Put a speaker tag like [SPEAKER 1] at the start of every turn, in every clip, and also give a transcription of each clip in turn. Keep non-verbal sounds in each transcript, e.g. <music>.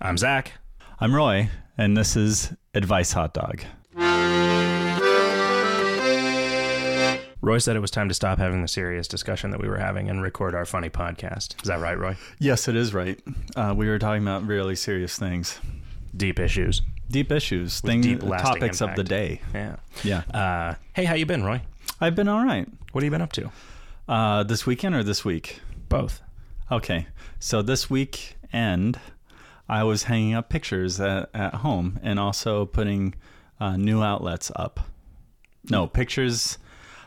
[SPEAKER 1] I'm Zach.
[SPEAKER 2] I'm Roy, and this is Advice Hot Dog.
[SPEAKER 1] Roy said it was time to stop having the serious discussion that we were having and record our funny podcast. Is that right, Roy?
[SPEAKER 2] Yes, it is right. Uh, we were talking about really serious things,
[SPEAKER 1] Deep issues.
[SPEAKER 2] deep issues, things,
[SPEAKER 1] deep lasting
[SPEAKER 2] topics of the
[SPEAKER 1] impact.
[SPEAKER 2] day.
[SPEAKER 1] Yeah.
[SPEAKER 2] Yeah,
[SPEAKER 1] Uh, hey, how you been, Roy?
[SPEAKER 2] I've been all right.
[SPEAKER 1] What have you been up to?
[SPEAKER 2] Uh, this weekend or this week?
[SPEAKER 1] Both.
[SPEAKER 2] Okay, so this weekend, I was hanging up pictures at, at home and also putting uh, new outlets up. No pictures.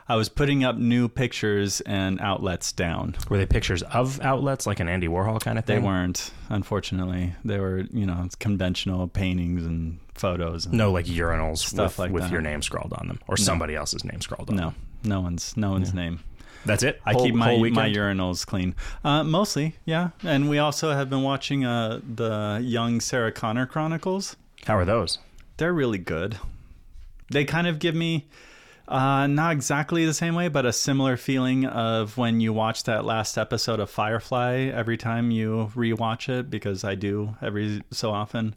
[SPEAKER 2] I was putting up new pictures and outlets down.
[SPEAKER 1] Were they pictures of outlets, like an Andy Warhol kind of
[SPEAKER 2] They
[SPEAKER 1] thing?
[SPEAKER 2] weren't, unfortunately. They were, you know, it's conventional paintings and photos. And
[SPEAKER 1] No, like urinals
[SPEAKER 2] Stuff
[SPEAKER 1] with,
[SPEAKER 2] like
[SPEAKER 1] with
[SPEAKER 2] that.
[SPEAKER 1] your name scrawled on them, or somebody else's name scrawled on. them.
[SPEAKER 2] No, no one's, no one's name.
[SPEAKER 1] That's it.
[SPEAKER 2] I
[SPEAKER 1] Whole-
[SPEAKER 2] keep my
[SPEAKER 1] whole
[SPEAKER 2] my
[SPEAKER 1] weekend?
[SPEAKER 2] urinals clean, uh, mostly. Yeah, and we also have been watching uh, the Young Sarah Connor Chronicles.
[SPEAKER 1] How are those?
[SPEAKER 2] They're really good. They kind of give me. Uh, not exactly the same way, but a similar feeling of when you watch that last episode of Firefly every time you rewatch it, because I do every so often.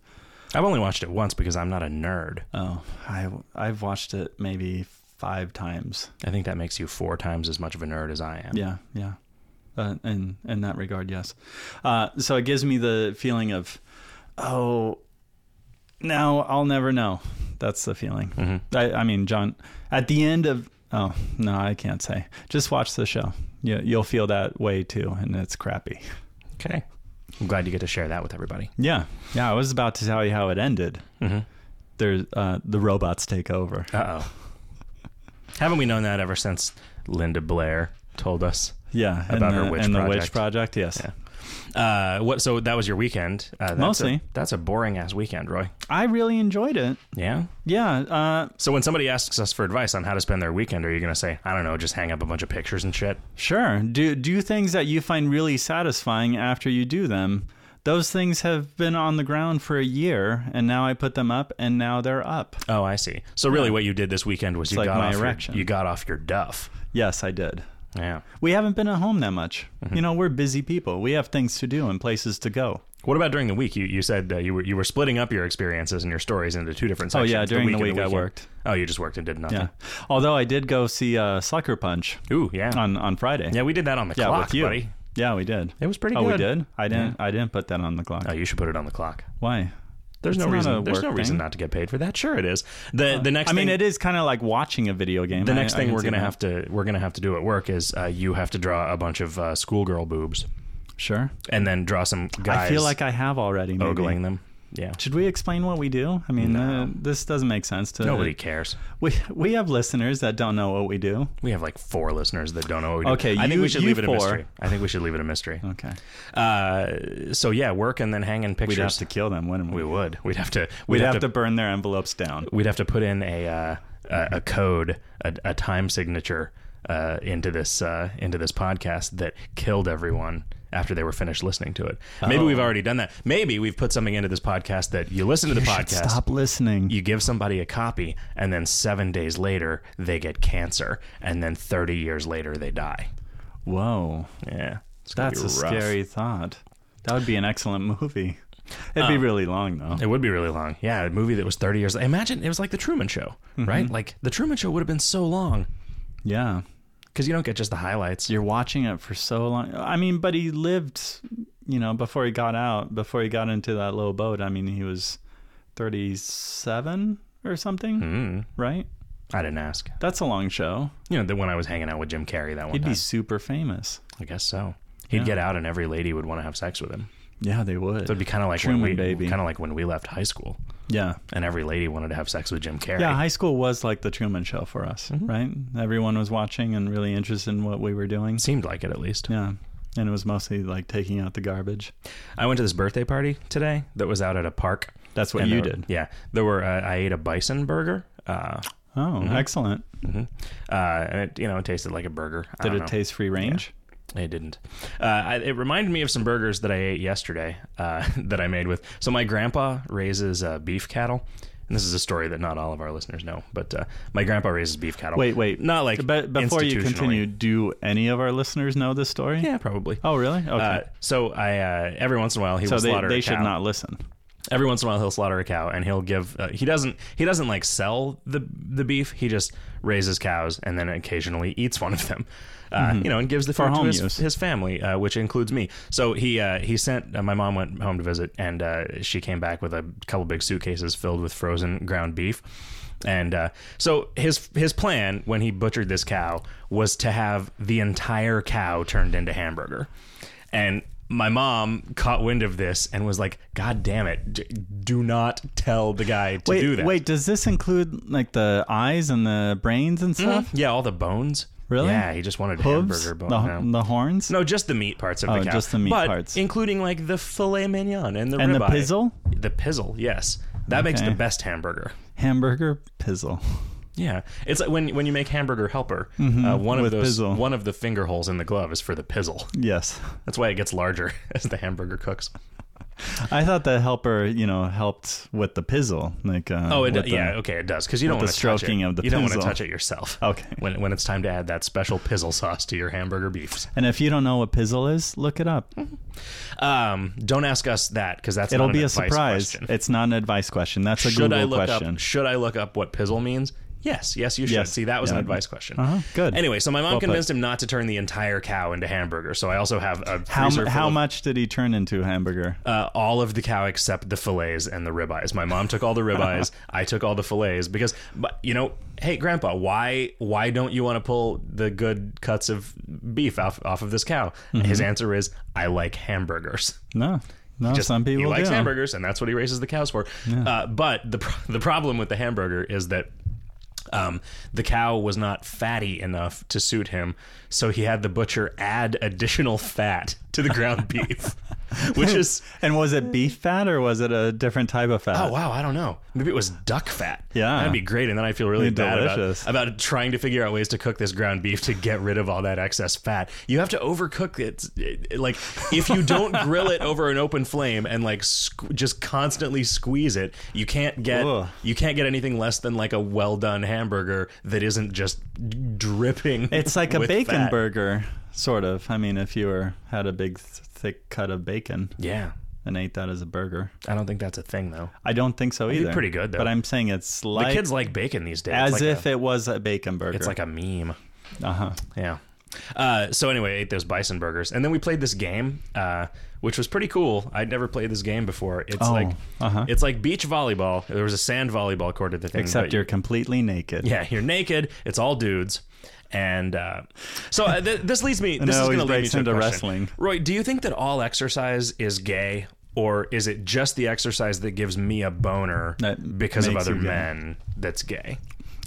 [SPEAKER 1] I've only watched it once because I'm not a nerd.
[SPEAKER 2] Oh, I I've watched it maybe five times.
[SPEAKER 1] I think that makes you four times as much of a nerd as I am.
[SPEAKER 2] Yeah, yeah. Uh, in in that regard, yes. Uh, so it gives me the feeling of, oh, now I'll never know. That's the feeling.
[SPEAKER 1] Mm-hmm.
[SPEAKER 2] I, I mean, John, at the end of oh no, I can't say. Just watch the show. Yeah, you'll feel that way too, and it's crappy.
[SPEAKER 1] Okay. I'm glad you get to share that with everybody.
[SPEAKER 2] Yeah, yeah. I was about to tell you how it ended.
[SPEAKER 1] Mm-hmm.
[SPEAKER 2] There's uh, the robots take over.
[SPEAKER 1] Uh oh. Haven't we known that ever since Linda Blair told us?
[SPEAKER 2] Yeah, and
[SPEAKER 1] About
[SPEAKER 2] the,
[SPEAKER 1] her witch
[SPEAKER 2] and the
[SPEAKER 1] project.
[SPEAKER 2] witch project. Yes.
[SPEAKER 1] Yeah. Uh, what? So that was your weekend. Uh, that's A,
[SPEAKER 2] Mostly.
[SPEAKER 1] that's a boring ass weekend, Roy.
[SPEAKER 2] I really enjoyed it.
[SPEAKER 1] Yeah.
[SPEAKER 2] Yeah, uh,
[SPEAKER 1] So when somebody asks us for advice on how to spend their weekend, are you going to say, I don't know, just hang up a bunch of pictures and shit?
[SPEAKER 2] sure. Do do things that you find really satisfying after you do them. Those things have been on the ground for a year, and now I put them up, and now they're up.
[SPEAKER 1] Oh, I see. So really, what you did this weekend was you
[SPEAKER 2] like
[SPEAKER 1] got
[SPEAKER 2] my
[SPEAKER 1] off
[SPEAKER 2] erection.
[SPEAKER 1] Your, you got off your duff.
[SPEAKER 2] Yes, I did.
[SPEAKER 1] Yeah.
[SPEAKER 2] We haven't been at home that much.
[SPEAKER 1] Mm-hmm.
[SPEAKER 2] You know, we're busy people. We have things to do and places to go.
[SPEAKER 1] What about during the week? You you said uh, you were you were splitting up your experiences and your stories into two different
[SPEAKER 2] Oh,
[SPEAKER 1] sections.
[SPEAKER 2] yeah, during the
[SPEAKER 1] and
[SPEAKER 2] week I
[SPEAKER 1] weekend.
[SPEAKER 2] worked.
[SPEAKER 1] Oh, you just worked and did
[SPEAKER 2] Yeah.
[SPEAKER 1] nothing.
[SPEAKER 2] Although I did go see uh, Sucker Punch
[SPEAKER 1] Ooh, yeah.
[SPEAKER 2] on on Friday.
[SPEAKER 1] yeah, we did that on the
[SPEAKER 2] yeah,
[SPEAKER 1] clock,
[SPEAKER 2] with you.
[SPEAKER 1] buddy.
[SPEAKER 2] Yeah, we did.
[SPEAKER 1] It was pretty
[SPEAKER 2] oh,
[SPEAKER 1] good.
[SPEAKER 2] we did. I didn't. I didn't put that on the clock.
[SPEAKER 1] Oh, you should put it on the clock.
[SPEAKER 2] Why?
[SPEAKER 1] There's
[SPEAKER 2] It's
[SPEAKER 1] no
[SPEAKER 2] not
[SPEAKER 1] reason.
[SPEAKER 2] a
[SPEAKER 1] There's no
[SPEAKER 2] work
[SPEAKER 1] reason
[SPEAKER 2] thing. Uh,
[SPEAKER 1] not to get paid for that. Sure, it is. the The next.
[SPEAKER 2] I mean,
[SPEAKER 1] thing,
[SPEAKER 2] it is kind of like watching a video game.
[SPEAKER 1] The next
[SPEAKER 2] I- I
[SPEAKER 1] thing
[SPEAKER 2] can
[SPEAKER 1] we're
[SPEAKER 2] see
[SPEAKER 1] gonna
[SPEAKER 2] that.
[SPEAKER 1] have to we're gonna have to do at work is uh, you have to draw a bunch of uh, schoolgirl boobs
[SPEAKER 2] Sure.
[SPEAKER 1] and then draw some guys.
[SPEAKER 2] I feel like I have already. Maybe.
[SPEAKER 1] ogling them. Yeah.
[SPEAKER 2] Should we explain what we do? I mean,
[SPEAKER 1] No.
[SPEAKER 2] uh, this doesn't make sense to
[SPEAKER 1] Nobody cares.
[SPEAKER 2] We we have listeners that don't know what we do.
[SPEAKER 1] We have like four listeners that don't know. What we do.
[SPEAKER 2] Okay,
[SPEAKER 1] I think
[SPEAKER 2] you-
[SPEAKER 1] we should
[SPEAKER 2] you
[SPEAKER 1] leave it
[SPEAKER 2] four.
[SPEAKER 1] a mystery. I think we should leave it a mystery.
[SPEAKER 2] Okay,
[SPEAKER 1] Uh, so yeah, work and then hanging
[SPEAKER 2] we'd
[SPEAKER 1] pictures.
[SPEAKER 2] have to kill them, wouldn't we?
[SPEAKER 1] we would. We'd have to.
[SPEAKER 2] We'd, have, to, burn their envelopes down.
[SPEAKER 1] We'd have to put in a uh, a, a code, a, a time signature uh, into this uh, into this podcast that killed everyone after they were finished listening to it. Maybe
[SPEAKER 2] Oh.
[SPEAKER 1] we've already done that. Maybe we've put something into this podcast that you listen to the
[SPEAKER 2] You should
[SPEAKER 1] podcast.
[SPEAKER 2] Stop listening.
[SPEAKER 1] You give somebody a copy, and then seven days later, they get cancer, and then 30 years later, they die.
[SPEAKER 2] Whoa,
[SPEAKER 1] Yeah. It's gonna
[SPEAKER 2] that's a
[SPEAKER 1] be rough.
[SPEAKER 2] scary thought. That would be an excellent movie. It'd be really long though.
[SPEAKER 1] Um, It would be really long. Yeah, a movie that was 30 years. Imagine it was like The Truman Show,
[SPEAKER 2] Mm-hmm.
[SPEAKER 1] right? Like The Truman Show would have been so long
[SPEAKER 2] Yeah,
[SPEAKER 1] because you don't get just the highlights.
[SPEAKER 2] you're watching it for so long. I mean, but he lived, you know, before he got out, before he got into that little boat. I mean, he was 37 or something,
[SPEAKER 1] Mm,
[SPEAKER 2] right?
[SPEAKER 1] I didn't ask.
[SPEAKER 2] That's a long show.
[SPEAKER 1] You know, the when I was hanging out with Jim Carrey that one
[SPEAKER 2] He'd
[SPEAKER 1] time.
[SPEAKER 2] be super famous.
[SPEAKER 1] I guess so. He'd
[SPEAKER 2] Yeah.
[SPEAKER 1] get out, and every lady would want to have sex with him.
[SPEAKER 2] Yeah, they would.
[SPEAKER 1] So it'd be kind of like
[SPEAKER 2] Truman
[SPEAKER 1] when we,
[SPEAKER 2] Baby.
[SPEAKER 1] kind of like when we left high school,
[SPEAKER 2] yeah.
[SPEAKER 1] and every lady wanted to have sex with Jim Carrey.
[SPEAKER 2] Yeah, high school was like the Truman Show for us, right? Everyone was watching and really interested in what we were doing.
[SPEAKER 1] seemed like it at least.
[SPEAKER 2] Yeah. And it was mostly like taking out the garbage.
[SPEAKER 1] I went to this birthday party today that was out at a park.
[SPEAKER 2] That's what
[SPEAKER 1] And
[SPEAKER 2] you
[SPEAKER 1] there-
[SPEAKER 2] did.
[SPEAKER 1] Yeah, there were. Uh, I ate a bison burger. Uh,
[SPEAKER 2] Oh, excellent.
[SPEAKER 1] mhm. uh, and it, you know, it tasted like a burger. I
[SPEAKER 2] Did
[SPEAKER 1] don't
[SPEAKER 2] it
[SPEAKER 1] know.
[SPEAKER 2] taste free range?
[SPEAKER 1] It didn't. Uh, I, it reminded me of some burgers that I ate yesterday uh, <laughs> that I made with. So my grandpa raises uh, beef cattle, and this is a story that not all of our listeners know. But uh, my grandpa raises beef cattle.
[SPEAKER 2] Wait, wait.
[SPEAKER 1] not like
[SPEAKER 2] But before you
[SPEAKER 1] institutionally.
[SPEAKER 2] continue, do any of our listeners know this story?
[SPEAKER 1] Yeah, probably.
[SPEAKER 2] Oh, really? Okay.
[SPEAKER 1] Uh, so I uh, every once in a while he
[SPEAKER 2] so
[SPEAKER 1] will
[SPEAKER 2] they,
[SPEAKER 1] slaughter.
[SPEAKER 2] they
[SPEAKER 1] a
[SPEAKER 2] should
[SPEAKER 1] cow.
[SPEAKER 2] not listen.
[SPEAKER 1] every once in a while he'll slaughter a cow and he'll give uh, he doesn't he doesn't like sell the the beef he just raises cows and then occasionally eats one of them uh, you know and gives the
[SPEAKER 2] Mm-hmm.
[SPEAKER 1] food
[SPEAKER 2] For
[SPEAKER 1] to
[SPEAKER 2] home
[SPEAKER 1] his,
[SPEAKER 2] use.
[SPEAKER 1] his family uh, which includes me so he uh, he sent uh, my mom went home to visit and uh, she came back with a couple big suitcases filled with frozen ground beef and uh, so his his plan when he butchered this cow was to have the entire cow turned into hamburger and my mom caught wind of this and was like, "God damn it! D- do not tell the guy to
[SPEAKER 2] wait,
[SPEAKER 1] do that."
[SPEAKER 2] wait, does this include like the eyes and the brains and stuff?
[SPEAKER 1] yeah, all the bones.
[SPEAKER 2] Really?
[SPEAKER 1] Yeah, he just wanted
[SPEAKER 2] Hooves?
[SPEAKER 1] Mm-hmm. hamburger bone.
[SPEAKER 2] the,
[SPEAKER 1] no.
[SPEAKER 2] the horns?
[SPEAKER 1] No, just the meat parts of
[SPEAKER 2] Oh,
[SPEAKER 1] the cow.
[SPEAKER 2] just the meat
[SPEAKER 1] but
[SPEAKER 2] parts.
[SPEAKER 1] including like the filet mignon and the
[SPEAKER 2] and the
[SPEAKER 1] ribeye.
[SPEAKER 2] pizzle?
[SPEAKER 1] The pizzle, yes, that makes
[SPEAKER 2] Okay.
[SPEAKER 1] the best hamburger.
[SPEAKER 2] Hamburger pizzle. <laughs>
[SPEAKER 1] Yeah, it's like when when you make hamburger helper, uh, one of
[SPEAKER 2] Mm-hmm. with
[SPEAKER 1] those
[SPEAKER 2] pizzle.
[SPEAKER 1] one of the finger holes in the glove is for the pizzle.
[SPEAKER 2] Yes.
[SPEAKER 1] That's why it gets larger <laughs> as the hamburger cooks.
[SPEAKER 2] I thought the helper, you know, helped with the pizzle. Like uh,
[SPEAKER 1] Oh, it,
[SPEAKER 2] with the-
[SPEAKER 1] yeah, okay, it does because you don't
[SPEAKER 2] the
[SPEAKER 1] want to touch
[SPEAKER 2] stroking
[SPEAKER 1] it.
[SPEAKER 2] of the
[SPEAKER 1] you don't want to
[SPEAKER 2] pizzle.
[SPEAKER 1] touch it yourself.
[SPEAKER 2] Okay.
[SPEAKER 1] When, when it's time to add that special pizzle sauce to your hamburger beefs,
[SPEAKER 2] And if you don't know what pizzle is, look it up.
[SPEAKER 1] um, don't ask us that because that's
[SPEAKER 2] It'll
[SPEAKER 1] Mm-hmm. not
[SPEAKER 2] be
[SPEAKER 1] an
[SPEAKER 2] a
[SPEAKER 1] advice
[SPEAKER 2] surprise.
[SPEAKER 1] question.
[SPEAKER 2] It's not an advice question. That's a
[SPEAKER 1] should
[SPEAKER 2] Google
[SPEAKER 1] I look
[SPEAKER 2] question.
[SPEAKER 1] up? Should I look up what pizzle means? Yes, yes, you should.
[SPEAKER 2] Yes.
[SPEAKER 1] See, that was an
[SPEAKER 2] Yeah.
[SPEAKER 1] advice question.
[SPEAKER 2] Uh-huh. Good.
[SPEAKER 1] Anyway, so my mom
[SPEAKER 2] Well put.
[SPEAKER 1] convinced him not to turn the entire cow into hamburger. So I also have a
[SPEAKER 2] How
[SPEAKER 1] freezer
[SPEAKER 2] mu-
[SPEAKER 1] full
[SPEAKER 2] how
[SPEAKER 1] of,
[SPEAKER 2] much did he turn into hamburger?
[SPEAKER 1] uh, all of the cow except the fillets and the ribeyes. My mom took all the
[SPEAKER 2] <laughs>
[SPEAKER 1] ribeyes. I took all the fillets because, but you know, hey, Grandpa, why why don't you want to pull the good cuts of beef off off of this cow?
[SPEAKER 2] Mm-hmm.
[SPEAKER 1] His answer is, I like hamburgers.
[SPEAKER 2] No, no.
[SPEAKER 1] Just-
[SPEAKER 2] some people
[SPEAKER 1] he likes
[SPEAKER 2] do. <laughs>
[SPEAKER 1] hamburgers, and that's what he raises the cows for. Uh, but the pro- the problem with the hamburger is that. Um, the cow was not fatty enough to suit him, so he had the butcher add additional fat to the ground
[SPEAKER 2] <laughs>
[SPEAKER 1] beef, which is
[SPEAKER 2] And was it beef fat or was it a different type of fat?
[SPEAKER 1] Oh wow, I don't know. Maybe it was duck fat.
[SPEAKER 2] Yeah.
[SPEAKER 1] that'd be great. And then I feel really
[SPEAKER 2] Be
[SPEAKER 1] bad about,
[SPEAKER 2] delicious.
[SPEAKER 1] about trying to figure out ways to cook this ground beef to get rid of all that excess fat. You have to overcook it. it- Like if you
[SPEAKER 2] <laughs>
[SPEAKER 1] don't grill it over an open flame and like squ- just constantly squeeze it, you can't get
[SPEAKER 2] Ugh.
[SPEAKER 1] you can't get anything less than like a well done hamburger that isn't just dripping.
[SPEAKER 2] It's like a
[SPEAKER 1] with
[SPEAKER 2] bacon
[SPEAKER 1] fat.
[SPEAKER 2] burger, sort of. I mean, if you were had a big th- thick cut of bacon
[SPEAKER 1] Yeah,
[SPEAKER 2] and ate that as a burger,
[SPEAKER 1] I don't think that's a thing though.
[SPEAKER 2] I don't think so either.
[SPEAKER 1] pretty good, though.
[SPEAKER 2] But I'm saying it's like
[SPEAKER 1] Kids like bacon these days.
[SPEAKER 2] as
[SPEAKER 1] It's like
[SPEAKER 2] if it was a bacon burger.
[SPEAKER 1] a, it's like a meme.
[SPEAKER 2] uh huh.
[SPEAKER 1] Yeah. Uh, so anyway, I ate those bison burgers, and then we played this game, uh, which was pretty cool. I'd never played this game before. It's
[SPEAKER 2] Oh,
[SPEAKER 1] like
[SPEAKER 2] uh-huh.
[SPEAKER 1] it's like beach volleyball. There was a sand volleyball court at the thing.
[SPEAKER 2] Except
[SPEAKER 1] but-
[SPEAKER 2] you're completely naked.
[SPEAKER 1] yeah, you're naked. It's all dudes. And uh, so uh, th- this leads
[SPEAKER 2] <laughs>
[SPEAKER 1] me. This
[SPEAKER 2] it
[SPEAKER 1] is
[SPEAKER 2] always
[SPEAKER 1] going to lead me
[SPEAKER 2] breaks
[SPEAKER 1] to a
[SPEAKER 2] into
[SPEAKER 1] question.
[SPEAKER 2] wrestling.
[SPEAKER 1] Roy, do you think that all exercise is gay, or is it just the exercise that gives me a boner
[SPEAKER 2] That
[SPEAKER 1] because of
[SPEAKER 2] makes
[SPEAKER 1] other
[SPEAKER 2] you gay.
[SPEAKER 1] men that's gay?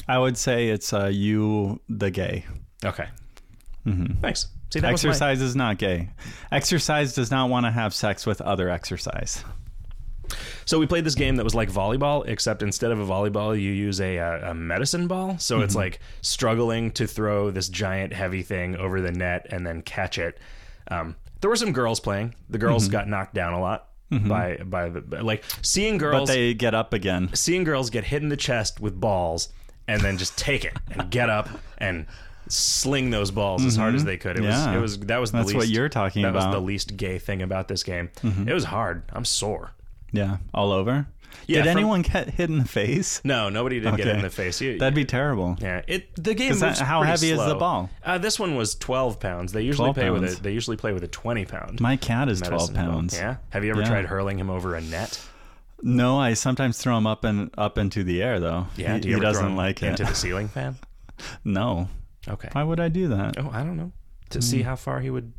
[SPEAKER 2] I would say it's uh, you, the gay.
[SPEAKER 1] Okay. Thanks. See, that was my-
[SPEAKER 2] Mm-hmm. Exercise is not gay. Exercise does not want to have sex with other exercise.
[SPEAKER 1] So we played this game that was like volleyball, except instead of a volleyball, you use a, uh, a medicine ball. So it's
[SPEAKER 2] Mm-hmm.
[SPEAKER 1] like struggling to throw this giant heavy thing over the net and then catch it. Um, there were some girls playing. The girls
[SPEAKER 2] Mm-hmm.
[SPEAKER 1] got knocked down a lot by by the like seeing
[SPEAKER 2] But
[SPEAKER 1] girls
[SPEAKER 2] they get up again.
[SPEAKER 1] seeing girls get hit in the chest with balls and then just take it and get up and sling those balls as hard as they could. It
[SPEAKER 2] Mm-hmm. Yeah.
[SPEAKER 1] was it was that was the
[SPEAKER 2] That's
[SPEAKER 1] least,
[SPEAKER 2] what you're talking
[SPEAKER 1] that
[SPEAKER 2] about. Mm-hmm.
[SPEAKER 1] was the least gay thing about this game. It was hard. I'm sore.
[SPEAKER 2] Yeah, all over.
[SPEAKER 1] Yeah,
[SPEAKER 2] Did
[SPEAKER 1] from-
[SPEAKER 2] anyone get hit in the face?
[SPEAKER 1] No, nobody did get hit in the face. You-
[SPEAKER 2] That'd be terrible.
[SPEAKER 1] Yeah, it the game.
[SPEAKER 2] 'Cause that-
[SPEAKER 1] moves
[SPEAKER 2] how
[SPEAKER 1] pretty
[SPEAKER 2] heavy is the
[SPEAKER 1] slow.
[SPEAKER 2] ball?
[SPEAKER 1] Uh, this one was twelve pounds. They usually
[SPEAKER 2] 12
[SPEAKER 1] play with
[SPEAKER 2] pounds.
[SPEAKER 1] a they usually play with a twenty pound.
[SPEAKER 2] My cat is
[SPEAKER 1] medicine
[SPEAKER 2] 12
[SPEAKER 1] ball.
[SPEAKER 2] pounds.
[SPEAKER 1] Yeah. Have you ever
[SPEAKER 2] Yeah.
[SPEAKER 1] tried hurling him over a net?
[SPEAKER 2] No, I sometimes throw him up and up into the air though.
[SPEAKER 1] Yeah.
[SPEAKER 2] he,
[SPEAKER 1] Do you
[SPEAKER 2] he
[SPEAKER 1] ever
[SPEAKER 2] doesn't
[SPEAKER 1] throw him
[SPEAKER 2] like it.
[SPEAKER 1] into the ceiling fan?
[SPEAKER 2] <laughs> no,
[SPEAKER 1] Okay.
[SPEAKER 2] why would I do that?
[SPEAKER 1] Oh, I don't know. To see how far he would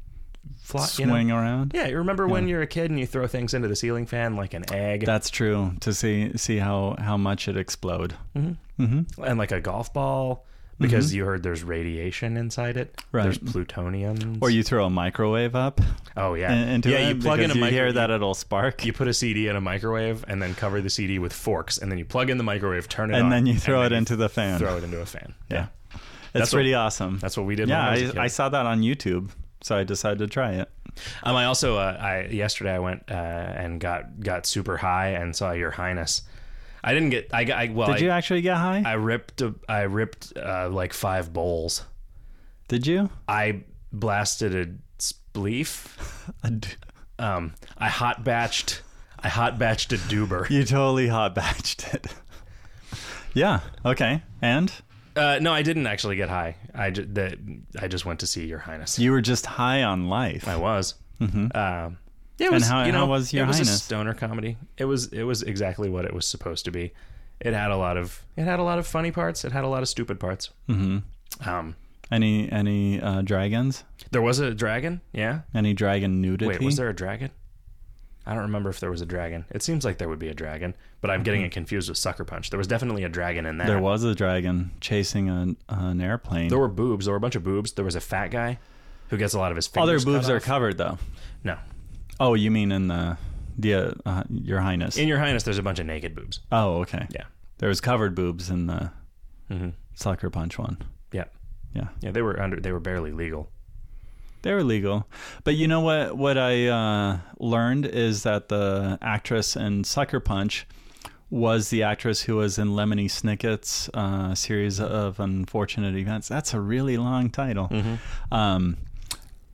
[SPEAKER 1] fly. you know?
[SPEAKER 2] Mm. Swing around.
[SPEAKER 1] Yeah. You remember when you're a kid and you throw things into the ceiling fan like an egg
[SPEAKER 2] That's true. To see see how how much it explode.
[SPEAKER 1] Mm. and like a golf ball because you heard there's radiation inside it.
[SPEAKER 2] Mm-hmm. Right.
[SPEAKER 1] There's plutonium.
[SPEAKER 2] Or you throw a microwave up
[SPEAKER 1] Oh yeah.
[SPEAKER 2] and, into
[SPEAKER 1] yeah.
[SPEAKER 2] it
[SPEAKER 1] you plug in a
[SPEAKER 2] because you hear
[SPEAKER 1] microwave.
[SPEAKER 2] that it'll spark.
[SPEAKER 1] you put a CD in a microwave and then cover the CD with forks and then you plug in the microwave, turn it on,
[SPEAKER 2] and then you throw it
[SPEAKER 1] then
[SPEAKER 2] into the fan.
[SPEAKER 1] you throw it into a fan.
[SPEAKER 2] Yeah.
[SPEAKER 1] That's
[SPEAKER 2] It's
[SPEAKER 1] what-
[SPEAKER 2] pretty awesome.
[SPEAKER 1] That's what we did.
[SPEAKER 2] yeah,
[SPEAKER 1] when I, was a
[SPEAKER 2] I,
[SPEAKER 1] kid.
[SPEAKER 2] I saw that on YouTube, so I decided to try it.
[SPEAKER 1] Um, I also uh, I yesterday I went uh, and got got super high and saw Your Highness. I didn't get. I got. I, well,
[SPEAKER 2] Did
[SPEAKER 1] I,
[SPEAKER 2] you actually get high?
[SPEAKER 1] I ripped. A, I ripped uh, like five bowls.
[SPEAKER 2] Did you?
[SPEAKER 1] I blasted a spleef.
[SPEAKER 2] I d-
[SPEAKER 1] Um, I hot batched. I hot batched a duber.
[SPEAKER 2] You totally hot batched it. yeah. Okay. And
[SPEAKER 1] Uh, no, I didn't actually get high. I, ju- the, I just went to see Your Highness.
[SPEAKER 2] you were just high on life.
[SPEAKER 1] I was. Um, yeah, it
[SPEAKER 2] And
[SPEAKER 1] was,
[SPEAKER 2] how-
[SPEAKER 1] you know,
[SPEAKER 2] how was Your
[SPEAKER 1] it was a
[SPEAKER 2] Highness?
[SPEAKER 1] stoner comedy. It was it was exactly what it was supposed to be. It had a lot of it had a lot of funny parts. It had a lot of stupid parts. Mm-hmm. Um,
[SPEAKER 2] Any any uh, dragons?
[SPEAKER 1] there was a dragon. Yeah.
[SPEAKER 2] Any dragon nudity?
[SPEAKER 1] Wait, was there a dragon? I don't remember if there was a dragon. It seems like there would be a dragon, but I'm getting it confused with Sucker Punch. There was definitely a dragon in that.
[SPEAKER 2] There was a dragon chasing an, an airplane.
[SPEAKER 1] There were boobs. There were a bunch of boobs. There was a fat guy who gets a lot of his
[SPEAKER 2] All their
[SPEAKER 1] fingers.
[SPEAKER 2] boobs
[SPEAKER 1] cut
[SPEAKER 2] are
[SPEAKER 1] off.
[SPEAKER 2] covered though.
[SPEAKER 1] no.
[SPEAKER 2] Oh, you mean in the the uh, your highness?
[SPEAKER 1] In Your Highness, there's a bunch of naked boobs.
[SPEAKER 2] oh, okay.
[SPEAKER 1] Yeah.
[SPEAKER 2] There was covered boobs in the
[SPEAKER 1] Mm-hmm.
[SPEAKER 2] soccer punch one.
[SPEAKER 1] Yeah.
[SPEAKER 2] Yeah.
[SPEAKER 1] Yeah. They were under. They were barely legal.
[SPEAKER 2] They were legal. But you know what what I uh, learned is that the actress in Sucker Punch was the actress who was in Lemony Snicket's uh, series of unfortunate events. That's a really long title.
[SPEAKER 1] Mm-hmm.
[SPEAKER 2] Um,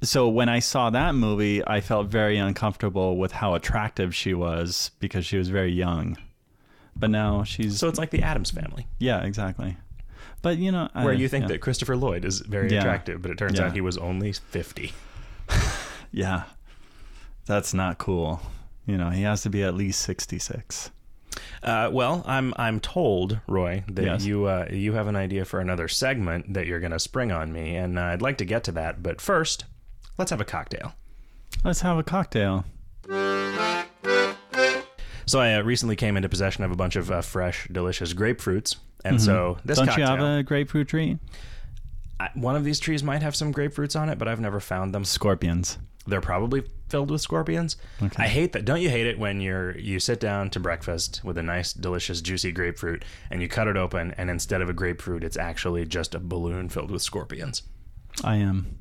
[SPEAKER 2] so when I saw that movie, I felt very uncomfortable with how attractive she was because she was very young. But now she's
[SPEAKER 1] So it's like the Adams Family,
[SPEAKER 2] yeah, exactly. But you know, I-
[SPEAKER 1] where you think
[SPEAKER 2] Uh, yeah.
[SPEAKER 1] that Christopher Lloyd is very
[SPEAKER 2] Yeah.
[SPEAKER 1] attractive, but it turns
[SPEAKER 2] Yeah.
[SPEAKER 1] out he was only fifty.
[SPEAKER 2] Yeah. That's not cool. You know, he has to be at least 66.
[SPEAKER 1] Uh, well, I'm I'm told, Roy, that
[SPEAKER 2] Yes.
[SPEAKER 1] you uh, you have an idea for another segment that you're going to spring on me, and uh, I'd like to get to that. But first, let's have a cocktail.
[SPEAKER 2] Let's have a cocktail.
[SPEAKER 1] So I uh, recently came into possession of a bunch of uh, fresh, delicious grapefruits, and so this
[SPEAKER 2] Mm-hmm. Don't
[SPEAKER 1] cocktail,
[SPEAKER 2] you have a grapefruit tree?
[SPEAKER 1] I- one of these trees might have some grapefruits on it, but I've never found them.
[SPEAKER 2] Scorpions.
[SPEAKER 1] They're probably filled with scorpions. I hate that. Don't you hate it when you're you sit down to breakfast with a nice, delicious, juicy grapefruit, and you cut it open, and instead of a grapefruit, it's actually just a balloon filled with scorpions.
[SPEAKER 2] I am.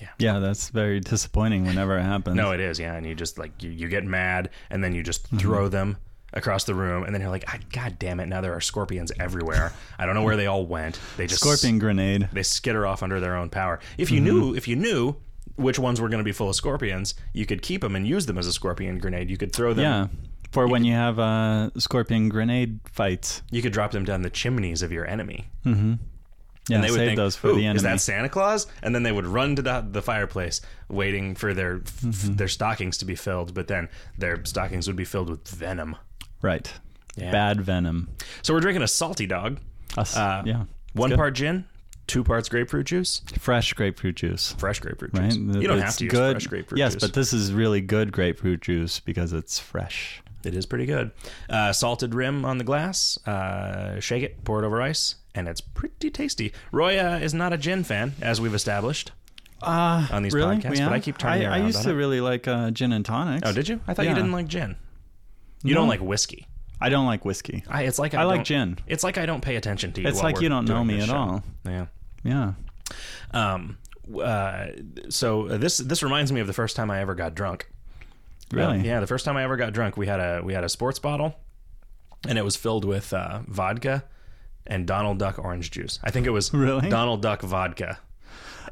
[SPEAKER 1] Yeah.
[SPEAKER 2] Yeah, that's very disappointing whenever it happens.
[SPEAKER 1] No, it is. Yeah, and you just like you, you get mad, and then you just
[SPEAKER 2] Mm-hmm.
[SPEAKER 1] throw them across the room, and then you're like, I, God damn it! Now there are scorpions everywhere. I don't know where they all went. They just
[SPEAKER 2] Scorpion Mm-hmm. grenade.
[SPEAKER 1] They skitter off under their own power. If you knew, if you knew which ones were going to be full of scorpions, you could keep them and use them as a scorpion grenade. You could throw them.
[SPEAKER 2] Yeah. For when you have uh, scorpion grenade fights.
[SPEAKER 1] You could drop them down the chimneys of your enemy.
[SPEAKER 2] Yeah,
[SPEAKER 1] they
[SPEAKER 2] save
[SPEAKER 1] would think,
[SPEAKER 2] those for
[SPEAKER 1] "Ooh,
[SPEAKER 2] the enemy.
[SPEAKER 1] Is that Santa Claus? And then they would run to the, the fireplace, waiting for their f-
[SPEAKER 2] Mm-hmm.
[SPEAKER 1] their stockings to be filled. But then their stockings would be filled with venom.
[SPEAKER 2] right.
[SPEAKER 1] Yeah.
[SPEAKER 2] Bad venom.
[SPEAKER 1] So we're drinking a salty dog.
[SPEAKER 2] Us.
[SPEAKER 1] Uh,
[SPEAKER 2] yeah.
[SPEAKER 1] One
[SPEAKER 2] good.
[SPEAKER 1] part gin, two parts grapefruit juice,
[SPEAKER 2] Fresh grapefruit juice.
[SPEAKER 1] fresh grapefruit
[SPEAKER 2] Right?
[SPEAKER 1] juice. You don't
[SPEAKER 2] It's
[SPEAKER 1] have to use
[SPEAKER 2] good.
[SPEAKER 1] fresh grapefruit
[SPEAKER 2] yes,
[SPEAKER 1] juice.
[SPEAKER 2] but this is really good grapefruit juice because it's fresh.
[SPEAKER 1] it is pretty good. Uh, salted rim on the glass. Uh, shake it, pour it over ice, and it's pretty tasty. Roy uh, is not a gin fan, as we've established.
[SPEAKER 2] uh,
[SPEAKER 1] on these
[SPEAKER 2] really?
[SPEAKER 1] podcasts,
[SPEAKER 2] We
[SPEAKER 1] but I
[SPEAKER 2] have?
[SPEAKER 1] keep turning
[SPEAKER 2] I,
[SPEAKER 1] around
[SPEAKER 2] I used
[SPEAKER 1] on
[SPEAKER 2] to
[SPEAKER 1] it.
[SPEAKER 2] really like uh, gin and tonics.
[SPEAKER 1] Oh, did you? I thought
[SPEAKER 2] Yeah.
[SPEAKER 1] you didn't like gin. You don't like whiskey.
[SPEAKER 2] I don't like whiskey.
[SPEAKER 1] I, it's like I,
[SPEAKER 2] I like
[SPEAKER 1] don't-
[SPEAKER 2] gin.
[SPEAKER 1] It's like I don't pay attention to you.
[SPEAKER 2] It's
[SPEAKER 1] while
[SPEAKER 2] like
[SPEAKER 1] we're
[SPEAKER 2] you don't know
[SPEAKER 1] doing
[SPEAKER 2] me
[SPEAKER 1] this
[SPEAKER 2] at
[SPEAKER 1] show.
[SPEAKER 2] all.
[SPEAKER 1] Yeah.
[SPEAKER 2] Yeah.
[SPEAKER 1] Um. Uh. So this this reminds me of the first time I ever got drunk.
[SPEAKER 2] Really?
[SPEAKER 1] Uh, yeah, the first time I ever got drunk, we had a we had a sports bottle, and it was filled with uh, vodka and Donald Duck orange juice. I think it was
[SPEAKER 2] Really?
[SPEAKER 1] Donald Duck vodka.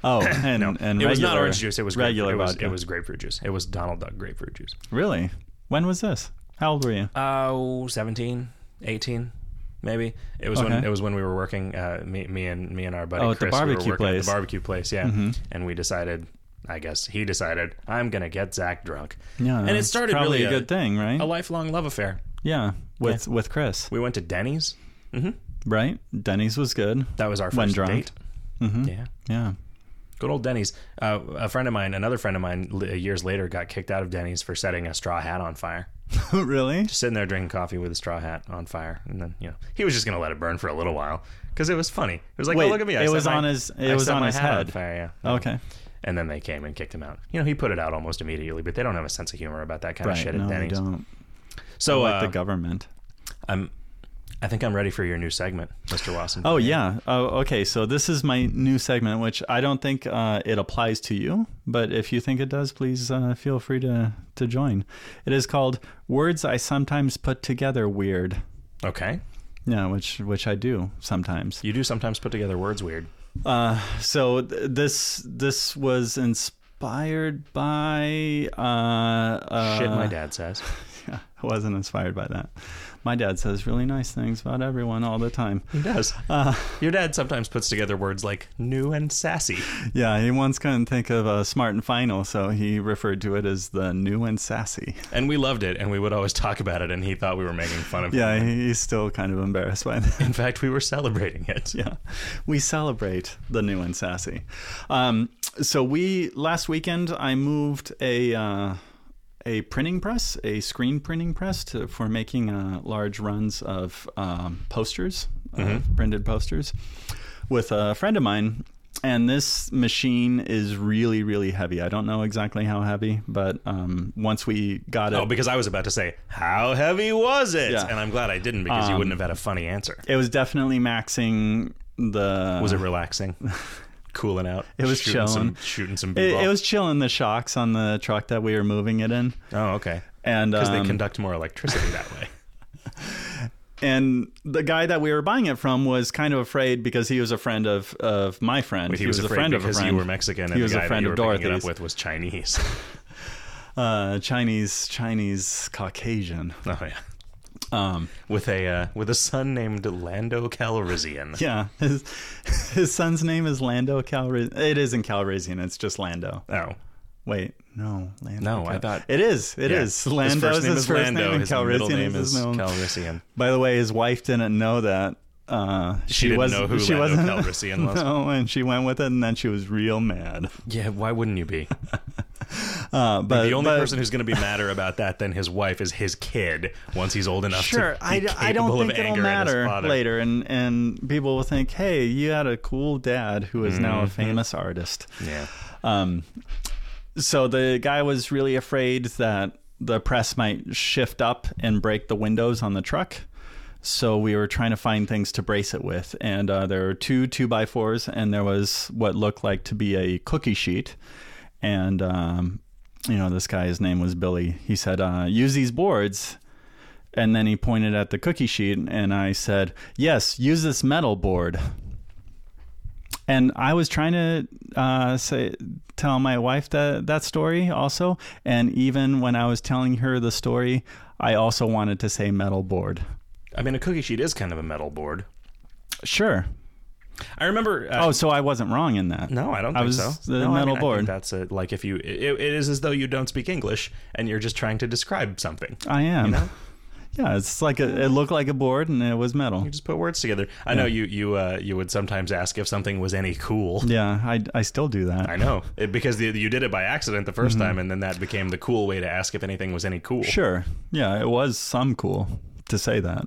[SPEAKER 2] Oh, and, and
[SPEAKER 1] it
[SPEAKER 2] regular,
[SPEAKER 1] was not orange juice. It was
[SPEAKER 2] regular
[SPEAKER 1] grapefruit- it was,
[SPEAKER 2] vodka.
[SPEAKER 1] It was grapefruit juice. It was Donald Duck grapefruit juice.
[SPEAKER 2] really. When was this? How old were you?
[SPEAKER 1] Oh, 17, 18, maybe. It was when
[SPEAKER 2] Okay.
[SPEAKER 1] it was when we were working. Uh, me, me and me and our buddy
[SPEAKER 2] Oh, at the
[SPEAKER 1] Chris, we
[SPEAKER 2] barbecue
[SPEAKER 1] were working at
[SPEAKER 2] place. Mm-hmm.
[SPEAKER 1] the barbecue place, yeah. And we decided, I guess he decided, I'm gonna get Zach drunk.
[SPEAKER 2] Yeah,
[SPEAKER 1] and it
[SPEAKER 2] it's
[SPEAKER 1] started
[SPEAKER 2] probably
[SPEAKER 1] really
[SPEAKER 2] a good thing, right?
[SPEAKER 1] a lifelong love affair.
[SPEAKER 2] yeah, with with Chris,
[SPEAKER 1] We went to Denny's.
[SPEAKER 2] right? Denny's was good. Mm-hmm.
[SPEAKER 1] That was our first
[SPEAKER 2] When drunk. Hmm.
[SPEAKER 1] date. Yeah.
[SPEAKER 2] Yeah.
[SPEAKER 1] Good old Denny's. Uh, a friend of mine, another friend of mine, li- years later got kicked out of Denny's for setting a straw hat on fire.
[SPEAKER 2] <laughs> really?
[SPEAKER 1] Just sitting there drinking coffee with a straw hat on fire, and then you know he was just gonna let it burn for a little while because it was funny. It was like,
[SPEAKER 2] Wait,
[SPEAKER 1] oh, look at me! I
[SPEAKER 2] it
[SPEAKER 1] set
[SPEAKER 2] was
[SPEAKER 1] my-
[SPEAKER 2] on his- it
[SPEAKER 1] I
[SPEAKER 2] was
[SPEAKER 1] set
[SPEAKER 2] on
[SPEAKER 1] my
[SPEAKER 2] his
[SPEAKER 1] hat on
[SPEAKER 2] head. Oh.
[SPEAKER 1] fire, yeah.
[SPEAKER 2] Okay.
[SPEAKER 1] And then they came and kicked him out. You know, he put it out almost immediately, but they don't have a sense of humor about that kind
[SPEAKER 2] Right.
[SPEAKER 1] of shit
[SPEAKER 2] no,
[SPEAKER 1] at
[SPEAKER 2] they
[SPEAKER 1] Denny's.
[SPEAKER 2] don't.
[SPEAKER 1] So
[SPEAKER 2] like
[SPEAKER 1] uh,
[SPEAKER 2] the government.
[SPEAKER 1] I'm, I think I'm ready for your new segment, Mr. Wasson.
[SPEAKER 2] Oh yeah. Oh, okay. So this is my new segment, which I don't think uh, it applies to you, but if you think it does, please uh, feel free to to join. It is called "Words I Sometimes Put Together Weird."
[SPEAKER 1] Okay.
[SPEAKER 2] Yeah, which which I do sometimes.
[SPEAKER 1] You do sometimes put together words weird.
[SPEAKER 2] Uh, so th- this this was inspired by uh, uh,
[SPEAKER 1] Shit, my dad says.
[SPEAKER 2] yeah, I <laughs> wasn't inspired by that. My dad says really nice things about everyone all the time.
[SPEAKER 1] He
[SPEAKER 2] <laughs>
[SPEAKER 1] does.
[SPEAKER 2] Uh.
[SPEAKER 1] Your dad sometimes puts together words like new and sassy.
[SPEAKER 2] Yeah, he once couldn't think of uh, smart and final, so he referred to it as the new and sassy.
[SPEAKER 1] And we loved it, and we would always talk about it, and he thought we were making fun
[SPEAKER 2] <laughs>
[SPEAKER 1] of
[SPEAKER 2] Yeah,
[SPEAKER 1] him.
[SPEAKER 2] he- he's still kind of embarrassed by that.
[SPEAKER 1] In fact, we were celebrating it.
[SPEAKER 2] <laughs> yeah, we celebrate the new and sassy. Um, so we last weekend I moved a uh, a printing press, a screen printing press to, for making uh, large runs of um, posters,
[SPEAKER 1] Mm-hmm.
[SPEAKER 2] of printed posters, with a friend of mine. And this machine is really, really heavy. I don't know exactly how heavy, but um, once we got it,
[SPEAKER 1] Oh, because I was about to say, how heavy was it?
[SPEAKER 2] Yeah. Um,
[SPEAKER 1] And I'm glad I didn't because you wouldn't have had a funny answer.
[SPEAKER 2] it was definitely maxing the.
[SPEAKER 1] Was it
[SPEAKER 2] <laughs>
[SPEAKER 1] relaxing? Cooling out?
[SPEAKER 2] uh, It was
[SPEAKER 1] shooting some,
[SPEAKER 2] chilling.
[SPEAKER 1] shooting some
[SPEAKER 2] It,
[SPEAKER 1] b-ball?
[SPEAKER 2] it was chilling the shocks on the truck that we were moving it in,
[SPEAKER 1] Oh, okay.
[SPEAKER 2] and
[SPEAKER 1] Because
[SPEAKER 2] um,
[SPEAKER 1] they conduct more electricity that
[SPEAKER 2] <laughs>
[SPEAKER 1] way.
[SPEAKER 2] and the guy that we were buying it from was kind of afraid because he was a friend of of my friend.
[SPEAKER 1] He, was,
[SPEAKER 2] a
[SPEAKER 1] afraid
[SPEAKER 2] friend of a
[SPEAKER 1] because
[SPEAKER 2] friend.
[SPEAKER 1] you were Mexican and
[SPEAKER 2] He was
[SPEAKER 1] the
[SPEAKER 2] a
[SPEAKER 1] guy
[SPEAKER 2] friend
[SPEAKER 1] that you
[SPEAKER 2] of
[SPEAKER 1] were picking it up
[SPEAKER 2] Dorothy's.
[SPEAKER 1] with was Chinese. <laughs>
[SPEAKER 2] uh, Chinese, Chinese, Caucasian.
[SPEAKER 1] oh, yeah.
[SPEAKER 2] Um,
[SPEAKER 1] With a uh, with a son named Lando Calrissian.
[SPEAKER 2] yeah, <laughs> his, his son's name is Lando Calrissian. It isn't Calrissian. It's just Lando.
[SPEAKER 1] Oh,
[SPEAKER 2] Wait, no, Lando.
[SPEAKER 1] No, I
[SPEAKER 2] Cal-
[SPEAKER 1] thought-
[SPEAKER 2] it is. It
[SPEAKER 1] yeah.
[SPEAKER 2] is. Lando
[SPEAKER 1] his first name
[SPEAKER 2] is his first
[SPEAKER 1] Lando.
[SPEAKER 2] name, and
[SPEAKER 1] his middle
[SPEAKER 2] Calrissian
[SPEAKER 1] name
[SPEAKER 2] is
[SPEAKER 1] is
[SPEAKER 2] his middle.
[SPEAKER 1] Calrissian.
[SPEAKER 2] By the way, his wife didn't know that. Uh,
[SPEAKER 1] She, didn't
[SPEAKER 2] was,
[SPEAKER 1] know who
[SPEAKER 2] she
[SPEAKER 1] Lando
[SPEAKER 2] wasn't,
[SPEAKER 1] Calrissian
[SPEAKER 2] <laughs>
[SPEAKER 1] was.
[SPEAKER 2] No, and she went with it, and then she was real mad.
[SPEAKER 1] Yeah, why wouldn't you
[SPEAKER 2] <laughs>
[SPEAKER 1] be?
[SPEAKER 2] Uh, but
[SPEAKER 1] The only
[SPEAKER 2] but-
[SPEAKER 1] person who's going to be madder about that than his wife is his kid once he's old enough.
[SPEAKER 2] Sure,
[SPEAKER 1] to be
[SPEAKER 2] I, I don't
[SPEAKER 1] capable
[SPEAKER 2] think
[SPEAKER 1] of
[SPEAKER 2] it'll
[SPEAKER 1] anger at his
[SPEAKER 2] matter
[SPEAKER 1] father.
[SPEAKER 2] later, and and people will think, hey, you had a cool dad who is now a famous artist.
[SPEAKER 1] Yeah,
[SPEAKER 2] Um, so the guy was really afraid that the press might shift up and break the windows on the truck. So we were trying to find things to brace it with, and uh, there were two two by fours, and there was what looked like to be a cookie sheet, and um, you know this guy's name was Billy. He said, uh, "Use these boards." And then he pointed at the cookie sheet, and I said, "Yes, use this metal board." And I was trying to uh, say, tell my wife that that story also. And even when I was telling her the story, I also wanted to say metal board.
[SPEAKER 1] I mean, a cookie sheet is kind of a metal board.
[SPEAKER 2] Sure.
[SPEAKER 1] I remember. Uh,
[SPEAKER 2] Oh, so I wasn't wrong in that.
[SPEAKER 1] no, I don't
[SPEAKER 2] I
[SPEAKER 1] think
[SPEAKER 2] was
[SPEAKER 1] so.
[SPEAKER 2] the
[SPEAKER 1] no, I
[SPEAKER 2] metal
[SPEAKER 1] mean, I think
[SPEAKER 2] board.
[SPEAKER 1] that's a, like if you. It, it is as though you don't speak English and you're just trying to describe something.
[SPEAKER 2] I am.
[SPEAKER 1] know?
[SPEAKER 2] <laughs> Yeah, it's like a, it looked like a board and it was metal.
[SPEAKER 1] You just put words together. I know you you uh, you would sometimes ask if something was any cool.
[SPEAKER 2] Yeah, I, I still do that.
[SPEAKER 1] I know it, because the, you did it by accident the 1st
[SPEAKER 2] Mm-hmm.
[SPEAKER 1] time, and then that became the cool way to ask if anything was any cool.
[SPEAKER 2] Sure. Yeah, it was some cool to say that.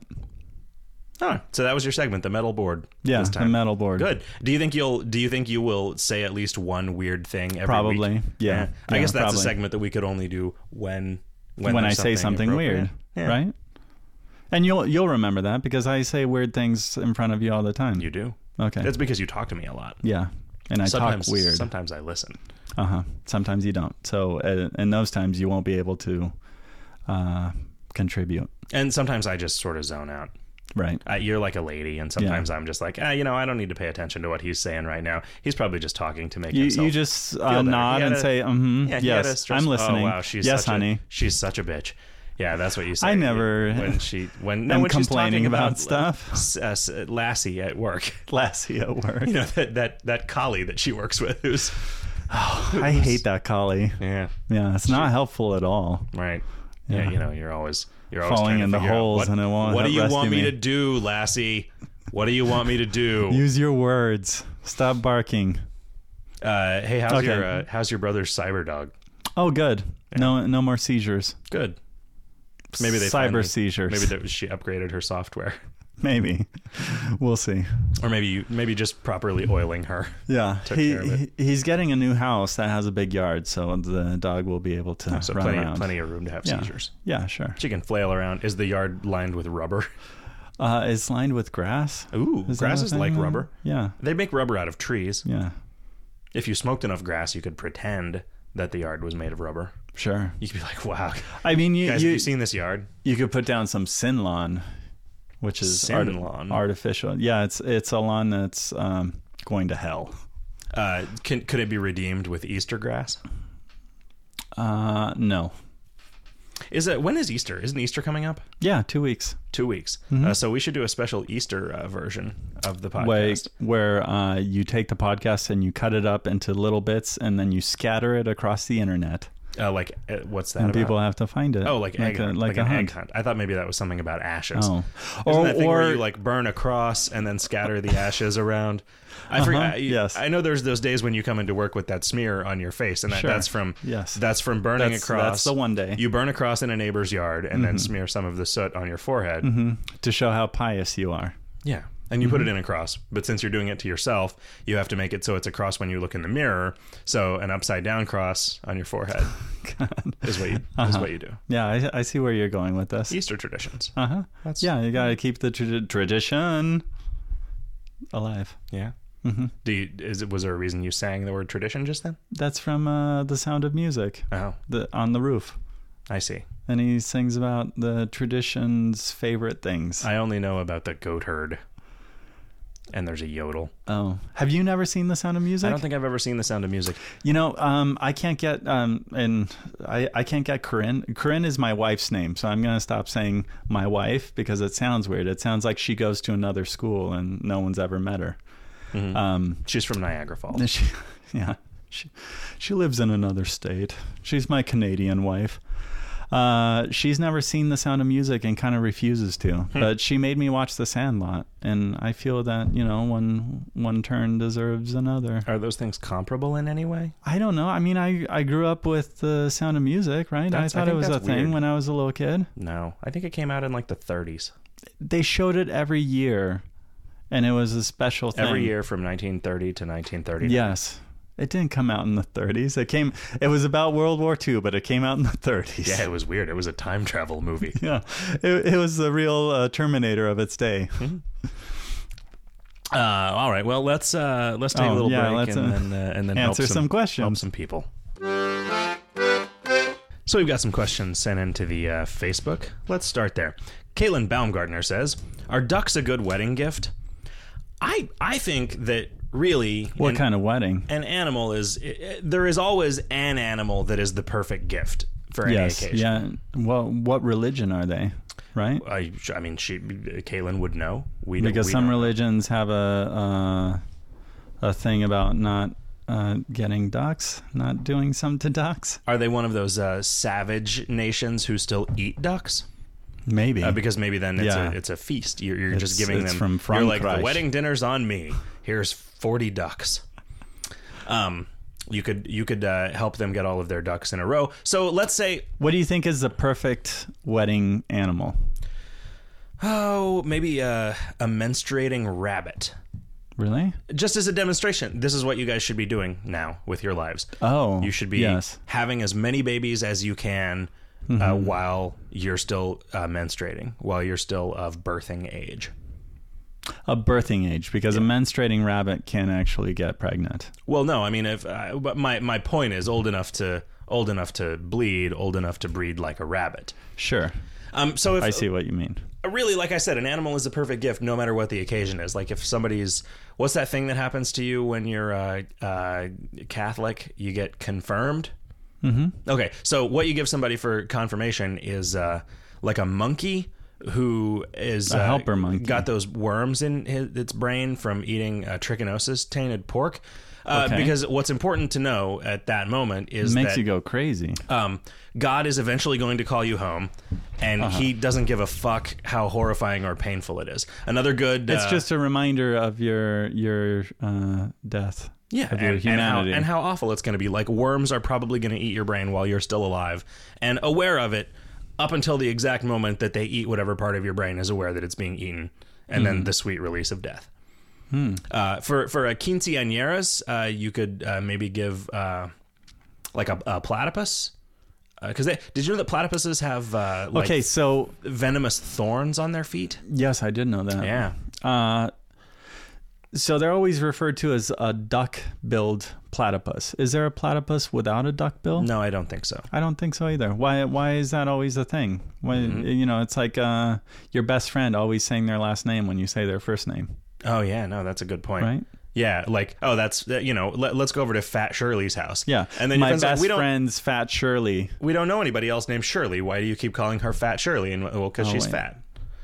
[SPEAKER 1] Huh. So that was your segment, the metal board.
[SPEAKER 2] Yeah,
[SPEAKER 1] this
[SPEAKER 2] the
[SPEAKER 1] time.
[SPEAKER 2] metal board.
[SPEAKER 1] Good. Do you think you'll? Do you think you will say at least one weird thing? Every
[SPEAKER 2] Probably.
[SPEAKER 1] week?
[SPEAKER 2] Yeah.
[SPEAKER 1] I
[SPEAKER 2] Yeah,
[SPEAKER 1] guess that's
[SPEAKER 2] probably.
[SPEAKER 1] a segment that we could only do when when,
[SPEAKER 2] When, I
[SPEAKER 1] there's
[SPEAKER 2] say something
[SPEAKER 1] appropriate.
[SPEAKER 2] weird,
[SPEAKER 1] Yeah.
[SPEAKER 2] right? And you'll you'll remember that because I say weird things in front of you all the time.
[SPEAKER 1] You do.
[SPEAKER 2] okay.
[SPEAKER 1] That's because you talk to me a lot.
[SPEAKER 2] Yeah. And I
[SPEAKER 1] sometimes
[SPEAKER 2] talk weird.
[SPEAKER 1] Sometimes I listen.
[SPEAKER 2] uh huh. Sometimes you don't. So uh, in those times, you won't be able to uh, contribute.
[SPEAKER 1] And sometimes I just sort of zone out.
[SPEAKER 2] Right.
[SPEAKER 1] I, you're like a lady, and sometimes I'm just like, ah, you know, I don't need to pay attention to what he's saying right now. He's probably just talking to make
[SPEAKER 2] You,
[SPEAKER 1] himself.
[SPEAKER 2] you just
[SPEAKER 1] better.
[SPEAKER 2] uh, nod
[SPEAKER 1] He had
[SPEAKER 2] and
[SPEAKER 1] a-
[SPEAKER 2] say, mm-hmm,
[SPEAKER 1] Yeah, he had a
[SPEAKER 2] yes,
[SPEAKER 1] stress-
[SPEAKER 2] I'm listening.
[SPEAKER 1] Oh wow, she's
[SPEAKER 2] yes,
[SPEAKER 1] such
[SPEAKER 2] honey. <laughs>
[SPEAKER 1] A, she's such a bitch. Yeah, that's what you say.
[SPEAKER 2] I never
[SPEAKER 1] when she
[SPEAKER 2] <laughs>
[SPEAKER 1] when no
[SPEAKER 2] am
[SPEAKER 1] when she's
[SPEAKER 2] complaining
[SPEAKER 1] talking
[SPEAKER 2] about
[SPEAKER 1] about
[SPEAKER 2] stuff.
[SPEAKER 1] s- uh, s- Lassie at work. <laughs>
[SPEAKER 2] Lassie at work.
[SPEAKER 1] You know that that that collie that she works with. Who's
[SPEAKER 2] I hate that collie.
[SPEAKER 1] yeah
[SPEAKER 2] Yeah, it's not helpful at all.
[SPEAKER 1] right. Yeah.
[SPEAKER 2] Yeah.
[SPEAKER 1] you know you're always you're always trying
[SPEAKER 2] Falling
[SPEAKER 1] to
[SPEAKER 2] in the
[SPEAKER 1] figure out
[SPEAKER 2] holes
[SPEAKER 1] what,
[SPEAKER 2] and it won't
[SPEAKER 1] What do you
[SPEAKER 2] rescue
[SPEAKER 1] want me,
[SPEAKER 2] me.
[SPEAKER 1] to do, Lassie? What do you want me to
[SPEAKER 2] <laughs>
[SPEAKER 1] do?
[SPEAKER 2] Use your words. Stop barking.
[SPEAKER 1] uh, hey, how's
[SPEAKER 2] Okay.
[SPEAKER 1] your uh, how's your brother's cyber dog?
[SPEAKER 2] Oh, good. No, no more seizures.
[SPEAKER 1] Good. Maybe they
[SPEAKER 2] cyber
[SPEAKER 1] finally-
[SPEAKER 2] seizures.
[SPEAKER 1] Maybe that she upgraded her software, <laughs>
[SPEAKER 2] <laughs> maybe. We'll see.
[SPEAKER 1] or maybe you maybe just properly oiling
[SPEAKER 2] <laughs>
[SPEAKER 1] her.
[SPEAKER 2] Yeah,
[SPEAKER 1] took
[SPEAKER 2] he,
[SPEAKER 1] care of it.
[SPEAKER 2] he he's getting a new house that has a big yard, so the dog will be able to
[SPEAKER 1] So
[SPEAKER 2] run
[SPEAKER 1] plenty,
[SPEAKER 2] around.
[SPEAKER 1] plenty of room to have
[SPEAKER 2] Yeah.
[SPEAKER 1] seizures.
[SPEAKER 2] Yeah, sure.
[SPEAKER 1] She can flail around. Is the yard lined with rubber? <laughs>
[SPEAKER 2] Uh, it's lined with grass.
[SPEAKER 1] Ooh,
[SPEAKER 2] Is that
[SPEAKER 1] grass
[SPEAKER 2] a
[SPEAKER 1] is
[SPEAKER 2] thing?
[SPEAKER 1] like rubber.
[SPEAKER 2] Yeah,
[SPEAKER 1] They make rubber out of trees.
[SPEAKER 2] yeah,
[SPEAKER 1] If you smoked enough grass, you could pretend that the yard was made of rubber. <laughs>
[SPEAKER 2] sure.
[SPEAKER 1] You could be like,
[SPEAKER 2] <laughs>
[SPEAKER 1] "Wow, guys,
[SPEAKER 2] I mean, you
[SPEAKER 1] have
[SPEAKER 2] you,
[SPEAKER 1] you seen this yard?"
[SPEAKER 2] you could put down some sin lawn, which is arti-
[SPEAKER 1] Sin lawn?
[SPEAKER 2] artificial. Yeah, it's it's a lawn that's um, going to hell.
[SPEAKER 1] Uh, can, could it be redeemed with Easter grass?
[SPEAKER 2] Uh, no,
[SPEAKER 1] Is it when is Easter? Isn't Easter coming up?
[SPEAKER 2] Yeah, two weeks.
[SPEAKER 1] Two weeks.
[SPEAKER 2] Mm-hmm.
[SPEAKER 1] Uh, so we should do a special Easter uh, version of the podcast.
[SPEAKER 2] Way, where uh, you take the podcast and you cut it up into little bits and then you scatter it across the internet.
[SPEAKER 1] Uh, like uh, what's that?
[SPEAKER 2] And
[SPEAKER 1] about?
[SPEAKER 2] people have to find it.
[SPEAKER 1] Oh, like egg,
[SPEAKER 2] a,
[SPEAKER 1] hunt, like,
[SPEAKER 2] like, a
[SPEAKER 1] an egg hunt.
[SPEAKER 2] hunt.
[SPEAKER 1] I thought maybe that was something about ashes.
[SPEAKER 2] Oh.
[SPEAKER 1] Isn't
[SPEAKER 2] Or-
[SPEAKER 1] that thing
[SPEAKER 2] or-
[SPEAKER 1] where you like burn a cross and then scatter the ashes around? I forget. I-
[SPEAKER 2] Uh-huh. yes.
[SPEAKER 1] I know there's those days when you come into work with that smear on your face, and that,
[SPEAKER 2] Sure.
[SPEAKER 1] that's from
[SPEAKER 2] Yes.
[SPEAKER 1] that's from burning
[SPEAKER 2] That's-
[SPEAKER 1] a cross.
[SPEAKER 2] that's the one Mm-hmm. day.
[SPEAKER 1] you burn a cross in a neighbor's yard and then smear some of the soot on your forehead.
[SPEAKER 2] Mm-hmm. To show how pious you are. <laughs>
[SPEAKER 1] Yeah. And you put
[SPEAKER 2] Mm-hmm.
[SPEAKER 1] it in a cross. But since you're doing it to yourself, you have to make it so it's a cross when you look in the mirror. So an upside down cross on your forehead is
[SPEAKER 2] <laughs>
[SPEAKER 1] what you
[SPEAKER 2] Uh-huh.
[SPEAKER 1] is what you do.
[SPEAKER 2] Yeah, I, I see where you're going with this.
[SPEAKER 1] Easter traditions.
[SPEAKER 2] Uh huh.
[SPEAKER 1] That's-
[SPEAKER 2] Yeah, you got to keep the trad tradition alive.
[SPEAKER 1] Yeah.
[SPEAKER 2] Mm-hmm.
[SPEAKER 1] Do you, is it was there a reason you sang the word tradition just then?
[SPEAKER 2] That's from uh, The Sound of Music,
[SPEAKER 1] Oh,
[SPEAKER 2] the on the roof,
[SPEAKER 1] I see.
[SPEAKER 2] and he sings about the tradition's favorite things.
[SPEAKER 1] I only know about the goat herd. And there's a yodel.
[SPEAKER 2] oh, have you never seen The Sound of Music?
[SPEAKER 1] I don't think I've ever seen The Sound of Music.
[SPEAKER 2] You know, um, I can't get um, and I, I can't get Corinne. Corinne is my wife's name, so I'm gonna stop saying my wife because it sounds weird. It sounds like she goes to another school and no one's ever met her.
[SPEAKER 1] Mm-hmm.
[SPEAKER 2] Um,
[SPEAKER 1] Uh, She's from Niagara Falls.
[SPEAKER 2] and she, <laughs> yeah, she she lives in another state. She's my Canadian wife. Uh, she's never seen The Sound of Music and kind of refuses to.
[SPEAKER 1] Hmm.
[SPEAKER 2] But she made me watch The Sandlot, and I feel that you know one one turn deserves another.
[SPEAKER 1] Are those things comparable in any way?
[SPEAKER 2] I don't know. I mean, I I grew up with the Sound of Music, right?
[SPEAKER 1] That's- I
[SPEAKER 2] I thought it
[SPEAKER 1] think
[SPEAKER 2] was a
[SPEAKER 1] that's
[SPEAKER 2] thing
[SPEAKER 1] weird.
[SPEAKER 2] when I was a little kid.
[SPEAKER 1] No. I think it came out in like the 30s.
[SPEAKER 2] They showed it every year, and it was a special thing
[SPEAKER 1] Every year from 1930 to 1930.
[SPEAKER 2] Yes, it didn't come out in the 30s. It came. It was about World War II, but it came out in the 30s.
[SPEAKER 1] Yeah, it was weird. It was a time travel movie.
[SPEAKER 2] <laughs> Yeah, it, it was the real uh, Terminator of its day.
[SPEAKER 1] <laughs> Uh, all right. Well, let's uh, let's take a
[SPEAKER 2] Oh,
[SPEAKER 1] little
[SPEAKER 2] yeah,
[SPEAKER 1] break
[SPEAKER 2] let's,
[SPEAKER 1] and,
[SPEAKER 2] uh,
[SPEAKER 1] then, uh, and then
[SPEAKER 2] answer
[SPEAKER 1] help
[SPEAKER 2] some questions.
[SPEAKER 1] Help some people. So we've got some questions sent into the uh, Facebook. Let's start there. Caitlin Baumgartner says, "Are ducks a good wedding gift?" I I think that really
[SPEAKER 2] What
[SPEAKER 1] an,
[SPEAKER 2] kind of wedding?
[SPEAKER 1] an animal is i- i- there is always an animal that is the perfect gift for
[SPEAKER 2] Yes.
[SPEAKER 1] any occasion.
[SPEAKER 2] Yeah. Well, what religion are they? Right.
[SPEAKER 1] I, I mean, she Caitlin would know. We don't-
[SPEAKER 2] because
[SPEAKER 1] we
[SPEAKER 2] some
[SPEAKER 1] don't.
[SPEAKER 2] religions have a uh, a thing about not uh, getting ducks, not doing some to ducks.
[SPEAKER 1] Are they one of those uh, savage nations who still eat ducks?
[SPEAKER 2] Maybe
[SPEAKER 1] Uh, because maybe then it's, a,
[SPEAKER 2] Yeah.
[SPEAKER 1] it's a feast. You're, you're
[SPEAKER 2] It's-
[SPEAKER 1] just giving
[SPEAKER 2] it's
[SPEAKER 1] them.
[SPEAKER 2] from
[SPEAKER 1] you're like
[SPEAKER 2] Frankreich.
[SPEAKER 1] the wedding dinner's on me. Here's forty ducks. Um, you could you could uh, help them get all of their ducks in a row. So let's say,
[SPEAKER 2] what do you think is the perfect wedding animal?
[SPEAKER 1] oh, maybe uh, a menstruating rabbit.
[SPEAKER 2] Really?
[SPEAKER 1] Just as a demonstration, this is what you guys should be doing now with your lives.
[SPEAKER 2] Oh,
[SPEAKER 1] You should be
[SPEAKER 2] Yes. Mm-hmm.
[SPEAKER 1] having as many babies as you can uh, while you're still uh, menstruating, while you're still of birthing age.
[SPEAKER 2] A birthing age, because a menstruating rabbit can actually get pregnant.
[SPEAKER 1] Well, no, I mean, if uh, but my my point is old enough to old enough to bleed, old enough to breed like a rabbit.
[SPEAKER 2] Sure,
[SPEAKER 1] Um, so if
[SPEAKER 2] I see what you mean.
[SPEAKER 1] really, like I said, an animal is the perfect gift, no matter what the occasion is. Like if somebody's, what's that thing that happens to you when you're uh, uh, Catholic? You get confirmed. Mm-hmm. Okay, so what you give somebody for confirmation is uh, like a monkey who is a
[SPEAKER 2] helper monkey.
[SPEAKER 1] got those worms in his, its brain from eating uh, trichinosis tainted pork. Uh,
[SPEAKER 2] Okay.
[SPEAKER 1] Because what's important to know at that moment is
[SPEAKER 2] Makes
[SPEAKER 1] that
[SPEAKER 2] you go crazy.
[SPEAKER 1] um, God is eventually going to call you home, and
[SPEAKER 2] Uh-huh.
[SPEAKER 1] he doesn't give a fuck how horrifying or painful it is. Another good.
[SPEAKER 2] it's
[SPEAKER 1] uh,
[SPEAKER 2] just a reminder of your your uh, death.
[SPEAKER 1] yeah,
[SPEAKER 2] of
[SPEAKER 1] and,
[SPEAKER 2] your
[SPEAKER 1] and how,
[SPEAKER 2] humanity.
[SPEAKER 1] and how awful it's going to be. Like worms are probably going to eat your brain while you're still alive, and aware of it up until the exact moment that they eat whatever part of your brain is aware that it's being eaten, and
[SPEAKER 2] Mm-hmm.
[SPEAKER 1] then the sweet release of death.
[SPEAKER 2] Hmm.
[SPEAKER 1] Uh, for for a quinceañeras, uh, you could uh, maybe give uh, like a, a platypus. Because they did you know that platypuses have uh, like
[SPEAKER 2] okay, so
[SPEAKER 1] venomous thorns on their feet.
[SPEAKER 2] yes, I did know that.
[SPEAKER 1] Yeah.
[SPEAKER 2] Uh, so they're always referred to as a duck-billed platypus. Is there a platypus without a duck bill?
[SPEAKER 1] No, I don't think so.
[SPEAKER 2] I don't think so either. Why? Why is that always a thing? Why,
[SPEAKER 1] Mm-hmm.
[SPEAKER 2] You know, it's like uh, your best friend always saying their last name when you say their first name,
[SPEAKER 1] Oh yeah, no, that's a good point.
[SPEAKER 2] right?
[SPEAKER 1] Yeah, like oh, that's you know, let, us go over to Fat Shirley's house.
[SPEAKER 2] Yeah.
[SPEAKER 1] and then your
[SPEAKER 2] my
[SPEAKER 1] friend's
[SPEAKER 2] best
[SPEAKER 1] like, we don't
[SPEAKER 2] friend's fat Shirley.
[SPEAKER 1] we don't know anybody else named Shirley. Why do you keep calling her Fat Shirley? And well, because she's
[SPEAKER 2] Oh, wait.
[SPEAKER 1] fat.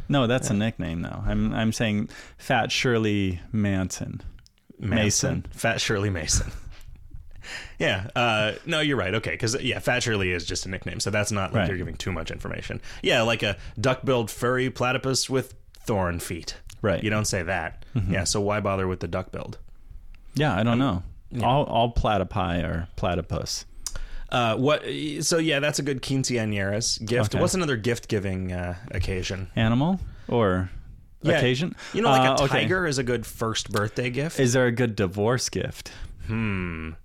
[SPEAKER 2] No, that's a nickname though. I'm I'm saying fat Shirley Manson. Mason.
[SPEAKER 1] Fat Shirley Mason. <laughs> yeah. Uh, no, you're right. Okay, because yeah, Fat Shirley is just a nickname, so that's not like
[SPEAKER 2] Right.
[SPEAKER 1] you're giving too much information. Yeah, like a duck-billed furry platypus with thorn feet.
[SPEAKER 2] Right. Mm-hmm.
[SPEAKER 1] You don't say that. Yeah. So why bother with the duck-billed?
[SPEAKER 2] Yeah, I don't know. All all platypi are platypus.
[SPEAKER 1] Uh, what? So yeah, that's a good quinceañeras gift.
[SPEAKER 2] Okay.
[SPEAKER 1] What's another gift-giving uh, occasion?
[SPEAKER 2] Animal or
[SPEAKER 1] Yeah.
[SPEAKER 2] occasion?
[SPEAKER 1] You know, like
[SPEAKER 2] Uh,
[SPEAKER 1] a
[SPEAKER 2] okay.
[SPEAKER 1] tiger is a good first birthday gift.
[SPEAKER 2] Is there a good divorce gift?
[SPEAKER 1] um,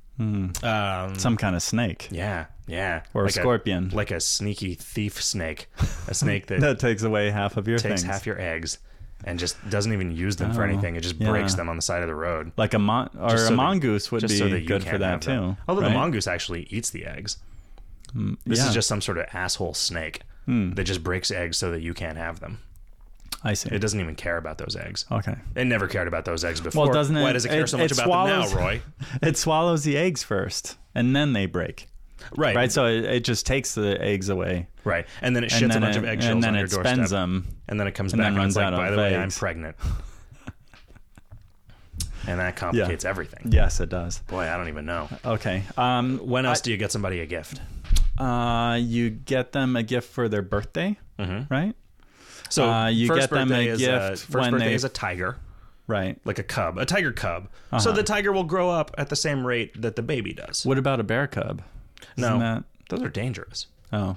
[SPEAKER 2] Some kind of snake.
[SPEAKER 1] yeah, yeah.
[SPEAKER 2] Or a
[SPEAKER 1] Like
[SPEAKER 2] scorpion.
[SPEAKER 1] like a sneaky thief snake, a
[SPEAKER 2] <laughs>
[SPEAKER 1] snake that,
[SPEAKER 2] That takes away half of your
[SPEAKER 1] takes
[SPEAKER 2] things.
[SPEAKER 1] half your eggs and just doesn't even use them for
[SPEAKER 2] Oh,
[SPEAKER 1] anything. It just
[SPEAKER 2] yeah.
[SPEAKER 1] breaks them on the side of the road.
[SPEAKER 2] like a mon or a
[SPEAKER 1] so that-
[SPEAKER 2] mongoose would
[SPEAKER 1] just
[SPEAKER 2] be
[SPEAKER 1] so that you
[SPEAKER 2] good for
[SPEAKER 1] can't
[SPEAKER 2] that
[SPEAKER 1] have them.
[SPEAKER 2] too.
[SPEAKER 1] Although the
[SPEAKER 2] right? Mm,
[SPEAKER 1] mongoose actually eats the eggs. This
[SPEAKER 2] yeah. Hmm.
[SPEAKER 1] is just some sort of asshole snake that just breaks eggs so that you can't have them.
[SPEAKER 2] I see.
[SPEAKER 1] It doesn't even care about those eggs.
[SPEAKER 2] okay.
[SPEAKER 1] It never cared about those eggs before.
[SPEAKER 2] doesn't
[SPEAKER 1] Why
[SPEAKER 2] it-
[SPEAKER 1] does it care
[SPEAKER 2] it-
[SPEAKER 1] so much
[SPEAKER 2] it
[SPEAKER 1] about
[SPEAKER 2] swallows-
[SPEAKER 1] them now,
[SPEAKER 2] <laughs>
[SPEAKER 1] Roy?
[SPEAKER 2] It swallows the eggs first, and then they break.
[SPEAKER 1] Right,
[SPEAKER 2] Right, so it, it just takes the eggs away,
[SPEAKER 1] right. And then it shits
[SPEAKER 2] and then
[SPEAKER 1] a bunch
[SPEAKER 2] it,
[SPEAKER 1] of eggshells
[SPEAKER 2] and then
[SPEAKER 1] on
[SPEAKER 2] it
[SPEAKER 1] your doorstep,
[SPEAKER 2] spends them.
[SPEAKER 1] and then it comes
[SPEAKER 2] and
[SPEAKER 1] back
[SPEAKER 2] then
[SPEAKER 1] and it's
[SPEAKER 2] runs
[SPEAKER 1] like,
[SPEAKER 2] out
[SPEAKER 1] by
[SPEAKER 2] of
[SPEAKER 1] the way, I'm
[SPEAKER 2] eggs." <laughs>
[SPEAKER 1] pregnant. and that complicates everything.
[SPEAKER 2] Yes, it does.
[SPEAKER 1] Boy, I don't even know.
[SPEAKER 2] Okay. Um,
[SPEAKER 1] When else do you get somebody a gift?
[SPEAKER 2] Uh, you get them a gift for their birthday,
[SPEAKER 1] Mm-hmm.
[SPEAKER 2] right?
[SPEAKER 1] So
[SPEAKER 2] Uh, you
[SPEAKER 1] first
[SPEAKER 2] get them a
[SPEAKER 1] birthday is uh,
[SPEAKER 2] gift
[SPEAKER 1] first
[SPEAKER 2] when
[SPEAKER 1] birthday
[SPEAKER 2] they-
[SPEAKER 1] is a tiger,
[SPEAKER 2] Right.
[SPEAKER 1] like a cub, a tiger cub.
[SPEAKER 2] Uh-huh.
[SPEAKER 1] So the tiger will grow up at the same rate that the baby does.
[SPEAKER 2] What about a bear cub?
[SPEAKER 1] no,
[SPEAKER 2] Isn't that-
[SPEAKER 1] those are dangerous.
[SPEAKER 2] oh,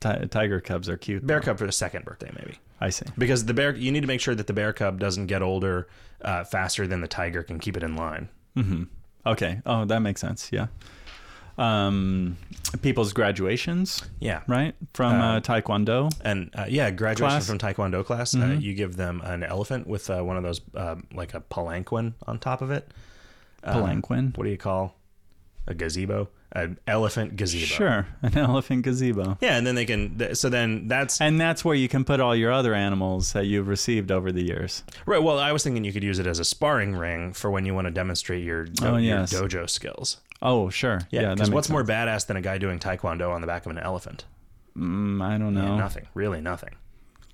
[SPEAKER 2] ti- tiger cubs are cute.
[SPEAKER 1] Bear cub for the second birthday, maybe,
[SPEAKER 2] I see.
[SPEAKER 1] because the bear you need to make sure that the bear cub doesn't get older uh, faster than the tiger can keep it in line.
[SPEAKER 2] Mm-hmm. Okay. Oh, that makes sense. Yeah. Um, people's graduations,
[SPEAKER 1] Yeah,
[SPEAKER 2] right? From uh,
[SPEAKER 1] Um,
[SPEAKER 2] Taekwondo.
[SPEAKER 1] and uh, yeah, graduation
[SPEAKER 2] Class. Mm-hmm.
[SPEAKER 1] from Taekwondo class, uh, you give them an elephant with uh, one of those uh, like a palanquin on top of it. Um,
[SPEAKER 2] Palanquin.
[SPEAKER 1] What do you call a gazebo? An elephant gazebo.
[SPEAKER 2] Sure. <laughs> An elephant gazebo.
[SPEAKER 1] Yeah, and then they can. Th- so then that's
[SPEAKER 2] And that's where you can put all your other animals that you've received over the years.
[SPEAKER 1] right. Well, I was thinking you could use it as a sparring ring for when you want to demonstrate your, do-
[SPEAKER 2] Oh,
[SPEAKER 1] your
[SPEAKER 2] yes.
[SPEAKER 1] dojo skills.
[SPEAKER 2] Oh, sure.
[SPEAKER 1] Yeah,
[SPEAKER 2] that
[SPEAKER 1] because
[SPEAKER 2] makes
[SPEAKER 1] what's more
[SPEAKER 2] sense.
[SPEAKER 1] badass than a guy doing taekwondo on the back of an elephant?
[SPEAKER 2] Mm, I don't know.
[SPEAKER 1] Nothing, really, nothing.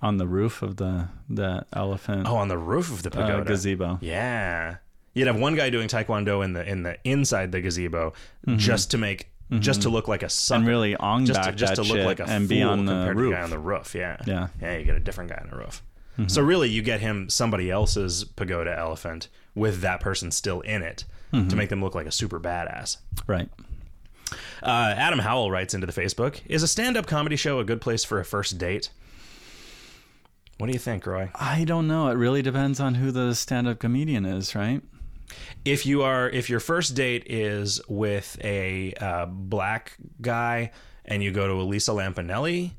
[SPEAKER 2] On the roof of the the elephant
[SPEAKER 1] Oh, on the roof of the pagoda.
[SPEAKER 2] uh, gazebo.
[SPEAKER 1] Yeah. You'd have one guy doing taekwondo in the in the inside the gazebo just to make just to look like a sucker.
[SPEAKER 2] Mm-hmm. and really on
[SPEAKER 1] just
[SPEAKER 2] back
[SPEAKER 1] to, just
[SPEAKER 2] that
[SPEAKER 1] to look
[SPEAKER 2] shit
[SPEAKER 1] like a
[SPEAKER 2] and
[SPEAKER 1] fool
[SPEAKER 2] be on the
[SPEAKER 1] compared to the guy
[SPEAKER 2] roof.
[SPEAKER 1] on the roof. Yeah,
[SPEAKER 2] Yeah. Mm-hmm.
[SPEAKER 1] yeah. You get a different guy on the roof. So really, you get him somebody else's pagoda elephant with that person still in it
[SPEAKER 2] Mm-hmm.
[SPEAKER 1] to make them look like a super badass.
[SPEAKER 2] right.
[SPEAKER 1] Uh, Adam Howell writes into the Facebook: Is a stand-up comedy show a good place for a first date? What do you think, Roy?
[SPEAKER 2] I don't know. It really depends on who the stand up comedian is, right?
[SPEAKER 1] if you are if your first date is with a uh, black guy and you go to a Lisa Lampanelli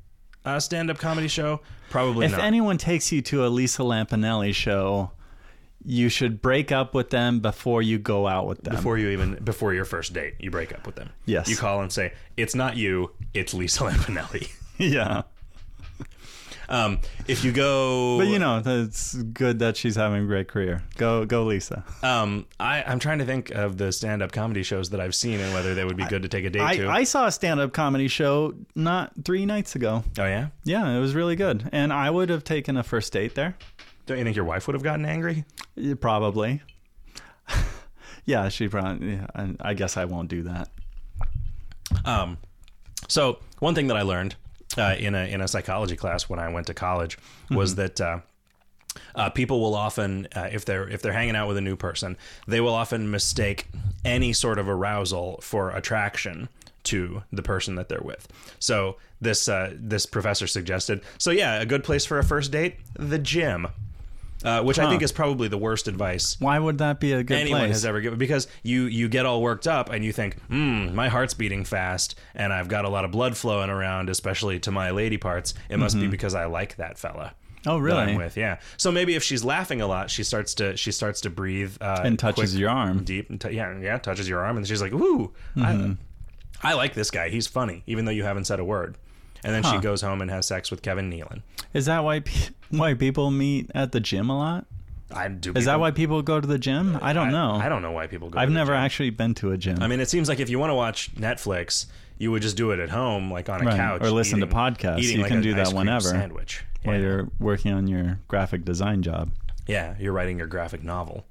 [SPEAKER 1] uh, stand-up comedy show, probably
[SPEAKER 2] If
[SPEAKER 1] not.
[SPEAKER 2] anyone takes you to a Lisa Lampanelli show, you should break up with them before you go out with them.
[SPEAKER 1] before you even before your first date, you break up with them.
[SPEAKER 2] Yes.
[SPEAKER 1] you call and say it's not you, it's Lisa Lampanelli.
[SPEAKER 2] <laughs>
[SPEAKER 1] <laughs>
[SPEAKER 2] yeah.
[SPEAKER 1] um, if you go,
[SPEAKER 2] But you know, it's good that she's having a great career. Go go Lisa.
[SPEAKER 1] um, I, I'm trying to think of the stand-up comedy shows that I've seen and whether they would be good to take a date
[SPEAKER 2] I,
[SPEAKER 1] to.
[SPEAKER 2] I saw a stand up comedy show not three nights ago.
[SPEAKER 1] oh yeah,
[SPEAKER 2] Yeah, it was really good. And I would have taken a first date there.
[SPEAKER 1] don't you think your wife would have gotten angry?
[SPEAKER 2] Yeah, Probably. <laughs> yeah, she probably. Yeah, I, I guess I won't do that.
[SPEAKER 1] Um, so one thing that I learned uh, in a in a psychology class when I went to college was that. Uh, uh, people will often, uh, if they're if they're hanging out with a new person, they will often mistake any sort of arousal for attraction to the person that they're with. So this uh, this professor suggested. So yeah, a good place for a first date, the gym, uh, which I think is probably the worst advice
[SPEAKER 2] Why would that be a good
[SPEAKER 1] anyone
[SPEAKER 2] place?
[SPEAKER 1] has ever given because you you get all worked up and you think hmm my heart's beating fast and i've got a lot of blood flowing around especially to my lady parts it must be because i like that fella that i'm
[SPEAKER 2] oh, Mm-hmm. really?
[SPEAKER 1] with yeah so maybe if she's laughing a lot she starts to she starts to breathe uh,
[SPEAKER 2] And touches
[SPEAKER 1] quick,
[SPEAKER 2] your Mm-hmm. arm.
[SPEAKER 1] deep and t- yeah yeah touches your arm and she's like ooh I, I like this guy he's funny even though you haven't said a word and then she goes home and has sex with kevin nealon
[SPEAKER 2] Is that why pe- why people meet at the gym a lot?
[SPEAKER 1] I do.
[SPEAKER 2] Is that
[SPEAKER 1] people-
[SPEAKER 2] why people go to the gym? I don't know.
[SPEAKER 1] I don't know why people go.
[SPEAKER 2] I've
[SPEAKER 1] to the
[SPEAKER 2] never
[SPEAKER 1] gym.
[SPEAKER 2] actually been to a gym.
[SPEAKER 1] I mean, it seems like if you want to watch Netflix, you would just do it at home, like on a
[SPEAKER 2] Right,
[SPEAKER 1] couch,
[SPEAKER 2] or listen to
[SPEAKER 1] eating-
[SPEAKER 2] podcasts.
[SPEAKER 1] Eating
[SPEAKER 2] You
[SPEAKER 1] like
[SPEAKER 2] can
[SPEAKER 1] an
[SPEAKER 2] do that
[SPEAKER 1] ice cream
[SPEAKER 2] whenever.
[SPEAKER 1] Sandwich. Yeah.
[SPEAKER 2] while you're working on your graphic design job.
[SPEAKER 1] yeah, you're writing your graphic novel.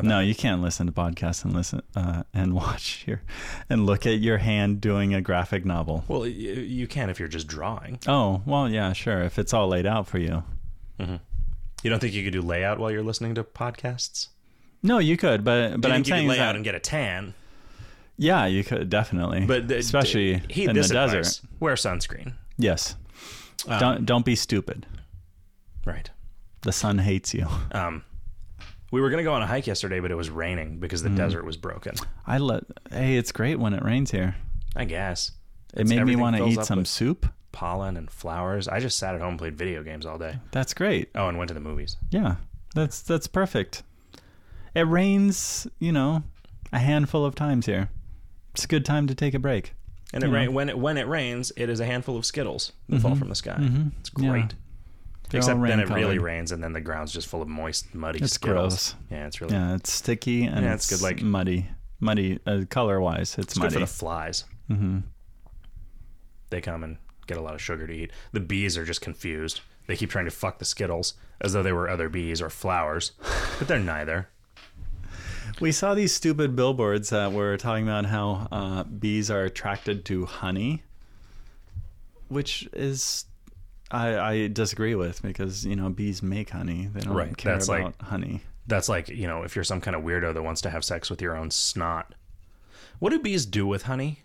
[SPEAKER 2] No, you can't listen to podcasts and listen uh, and <laughs> watch your and look at your hand doing a graphic novel.
[SPEAKER 1] Well, y- you can if you're just drawing.
[SPEAKER 2] Oh, well, yeah, sure. If it's all laid out for you.
[SPEAKER 1] You don't think you could do layout while you're listening to podcasts?
[SPEAKER 2] No, you could, but but
[SPEAKER 1] You
[SPEAKER 2] I'm
[SPEAKER 1] think you
[SPEAKER 2] saying
[SPEAKER 1] could lay
[SPEAKER 2] that-
[SPEAKER 1] out and get a tan,
[SPEAKER 2] yeah, you could definitely,
[SPEAKER 1] but the-
[SPEAKER 2] especially
[SPEAKER 1] heed
[SPEAKER 2] in the
[SPEAKER 1] this
[SPEAKER 2] desert.
[SPEAKER 1] advice. wear sunscreen.
[SPEAKER 2] Yes,
[SPEAKER 1] Uh,
[SPEAKER 2] don't don't be stupid.
[SPEAKER 1] Right.
[SPEAKER 2] The sun hates you.
[SPEAKER 1] Um, we were gonna go on a hike yesterday, but it was raining because
[SPEAKER 2] Mm.
[SPEAKER 1] the desert was broken.
[SPEAKER 2] I let hey, it's great when it rains here.
[SPEAKER 1] I guess
[SPEAKER 2] It
[SPEAKER 1] It's-
[SPEAKER 2] made me
[SPEAKER 1] everything
[SPEAKER 2] want to
[SPEAKER 1] fills
[SPEAKER 2] eat
[SPEAKER 1] up
[SPEAKER 2] some
[SPEAKER 1] with
[SPEAKER 2] soup.
[SPEAKER 1] pollen and flowers. I just sat at home and played video games all day.
[SPEAKER 2] That's great.
[SPEAKER 1] Oh, and went to the movies.
[SPEAKER 2] Yeah, that's that's perfect. It rains, you know, a handful of times here. It's a good time to take a break.
[SPEAKER 1] And it
[SPEAKER 2] You know. Mm-hmm.
[SPEAKER 1] rain, when it when it rains, it is a handful of skittles that fall from the sky. It's
[SPEAKER 2] Yeah.
[SPEAKER 1] great.
[SPEAKER 2] They're
[SPEAKER 1] Except
[SPEAKER 2] all
[SPEAKER 1] then it
[SPEAKER 2] rain-colored.
[SPEAKER 1] really rains, and then the ground's just full of moist, muddy
[SPEAKER 2] It's
[SPEAKER 1] skittles.
[SPEAKER 2] gross.
[SPEAKER 1] Yeah, it's really
[SPEAKER 2] Yeah, it's sticky and
[SPEAKER 1] Yeah, it's
[SPEAKER 2] it's,
[SPEAKER 1] good, like-
[SPEAKER 2] muddy, muddy uh, color wise. It's,
[SPEAKER 1] it's good for
[SPEAKER 2] muddy.
[SPEAKER 1] the flies. Mm-hmm. They come and get a lot of sugar to eat. The bees are just confused. They keep trying to fuck the skittles as though they were other bees or
[SPEAKER 2] <laughs>
[SPEAKER 1] flowers, but they're neither.
[SPEAKER 2] we saw these stupid billboards that were talking about how uh, bees are attracted to honey, which is. I, I disagree with because you know bees make honey. They don't
[SPEAKER 1] Right,
[SPEAKER 2] care
[SPEAKER 1] that's like-
[SPEAKER 2] about honey.
[SPEAKER 1] That's like you know if you're some kind of weirdo that wants to have sex with your own snot. What do bees do with honey?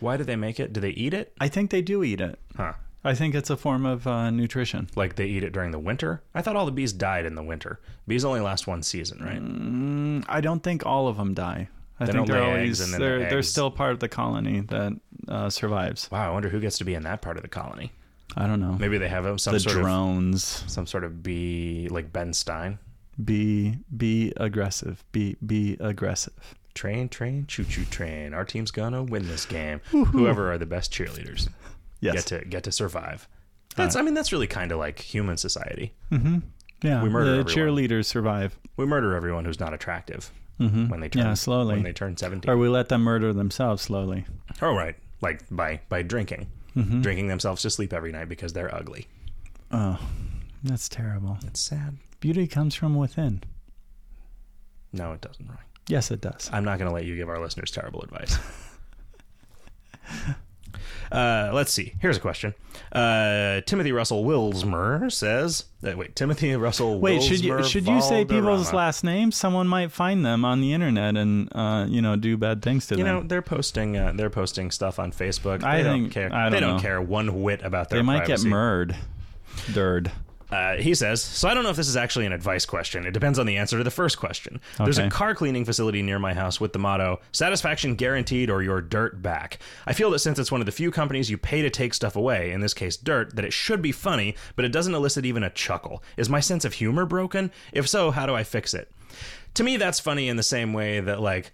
[SPEAKER 1] Why do they make it? Do they eat it?
[SPEAKER 2] I think they do eat it.
[SPEAKER 1] Huh.
[SPEAKER 2] I think it's a form of uh, nutrition.
[SPEAKER 1] like they eat it during the winter. I thought all the bees died in the winter. Bees only last one season, right?
[SPEAKER 2] Mm. I don't think all of them die. I
[SPEAKER 1] Hmm. don't
[SPEAKER 2] think they're
[SPEAKER 1] lay eggs
[SPEAKER 2] always
[SPEAKER 1] and then the
[SPEAKER 2] they're they're
[SPEAKER 1] eggs-
[SPEAKER 2] still part of the colony that uh, survives.
[SPEAKER 1] Wow, I wonder who gets to be in that part of the colony.
[SPEAKER 2] I don't know.
[SPEAKER 1] Maybe they have um, some
[SPEAKER 2] the
[SPEAKER 1] sort of
[SPEAKER 2] drones
[SPEAKER 1] some sort of bee like Ben Stein.
[SPEAKER 2] be be aggressive. Be be aggressive.
[SPEAKER 1] Train, train, choo choo train. Our team's gonna win this game. Whoever are the best cheerleaders
[SPEAKER 2] Yes.
[SPEAKER 1] get to get to survive. That's I mean that's really kind of like human society.
[SPEAKER 2] Mm-hmm. yeah.
[SPEAKER 1] we murder
[SPEAKER 2] the
[SPEAKER 1] everyone.
[SPEAKER 2] cheerleaders survive,
[SPEAKER 1] We murder everyone who's not attractive when they turn
[SPEAKER 2] Mm-hmm. Yeah, slowly.
[SPEAKER 1] when they turn 17.
[SPEAKER 2] or we let them murder themselves slowly.
[SPEAKER 1] oh right, like by by drinking.
[SPEAKER 2] Mm-hmm.
[SPEAKER 1] Drinking themselves to sleep every night because they're ugly.
[SPEAKER 2] Oh, that's terrible.
[SPEAKER 1] It's sad.
[SPEAKER 2] Beauty comes from within.
[SPEAKER 1] No, it doesn't, Ryan.
[SPEAKER 2] Yes, it does.
[SPEAKER 1] I'm not going to let you give our listeners terrible
[SPEAKER 2] <laughs>
[SPEAKER 1] advice. Uh, let's see. Here's a question. Uh, Timothy Russell Wilsmer says, uh, "Wait, Timothy Russell.
[SPEAKER 2] Wait, should
[SPEAKER 1] Wilsmer
[SPEAKER 2] you should you say people's
[SPEAKER 1] Valderrama.
[SPEAKER 2] last names? Someone might find them on the internet and uh, you know do bad things to
[SPEAKER 1] You
[SPEAKER 2] them.
[SPEAKER 1] know they're posting uh, they're posting stuff on Facebook. They
[SPEAKER 2] I
[SPEAKER 1] don't
[SPEAKER 2] think-
[SPEAKER 1] care.
[SPEAKER 2] I
[SPEAKER 1] they
[SPEAKER 2] don't
[SPEAKER 1] don't
[SPEAKER 2] know.
[SPEAKER 1] care one whit about their.
[SPEAKER 2] they might
[SPEAKER 1] privacy.
[SPEAKER 2] get murdered. Dird.
[SPEAKER 1] Uh, he says, so I don't know if this is actually an advice question. It depends on the answer to the first question. There's a
[SPEAKER 2] Okay.
[SPEAKER 1] car cleaning facility near my house with the motto, satisfaction guaranteed or your dirt back. I feel that since it's one of the few companies you pay to take stuff away, in this case dirt, that it should be funny, but it doesn't elicit even a chuckle. Is my sense of humor broken? If so, how do I fix it? To me, that's funny in the same way that, like,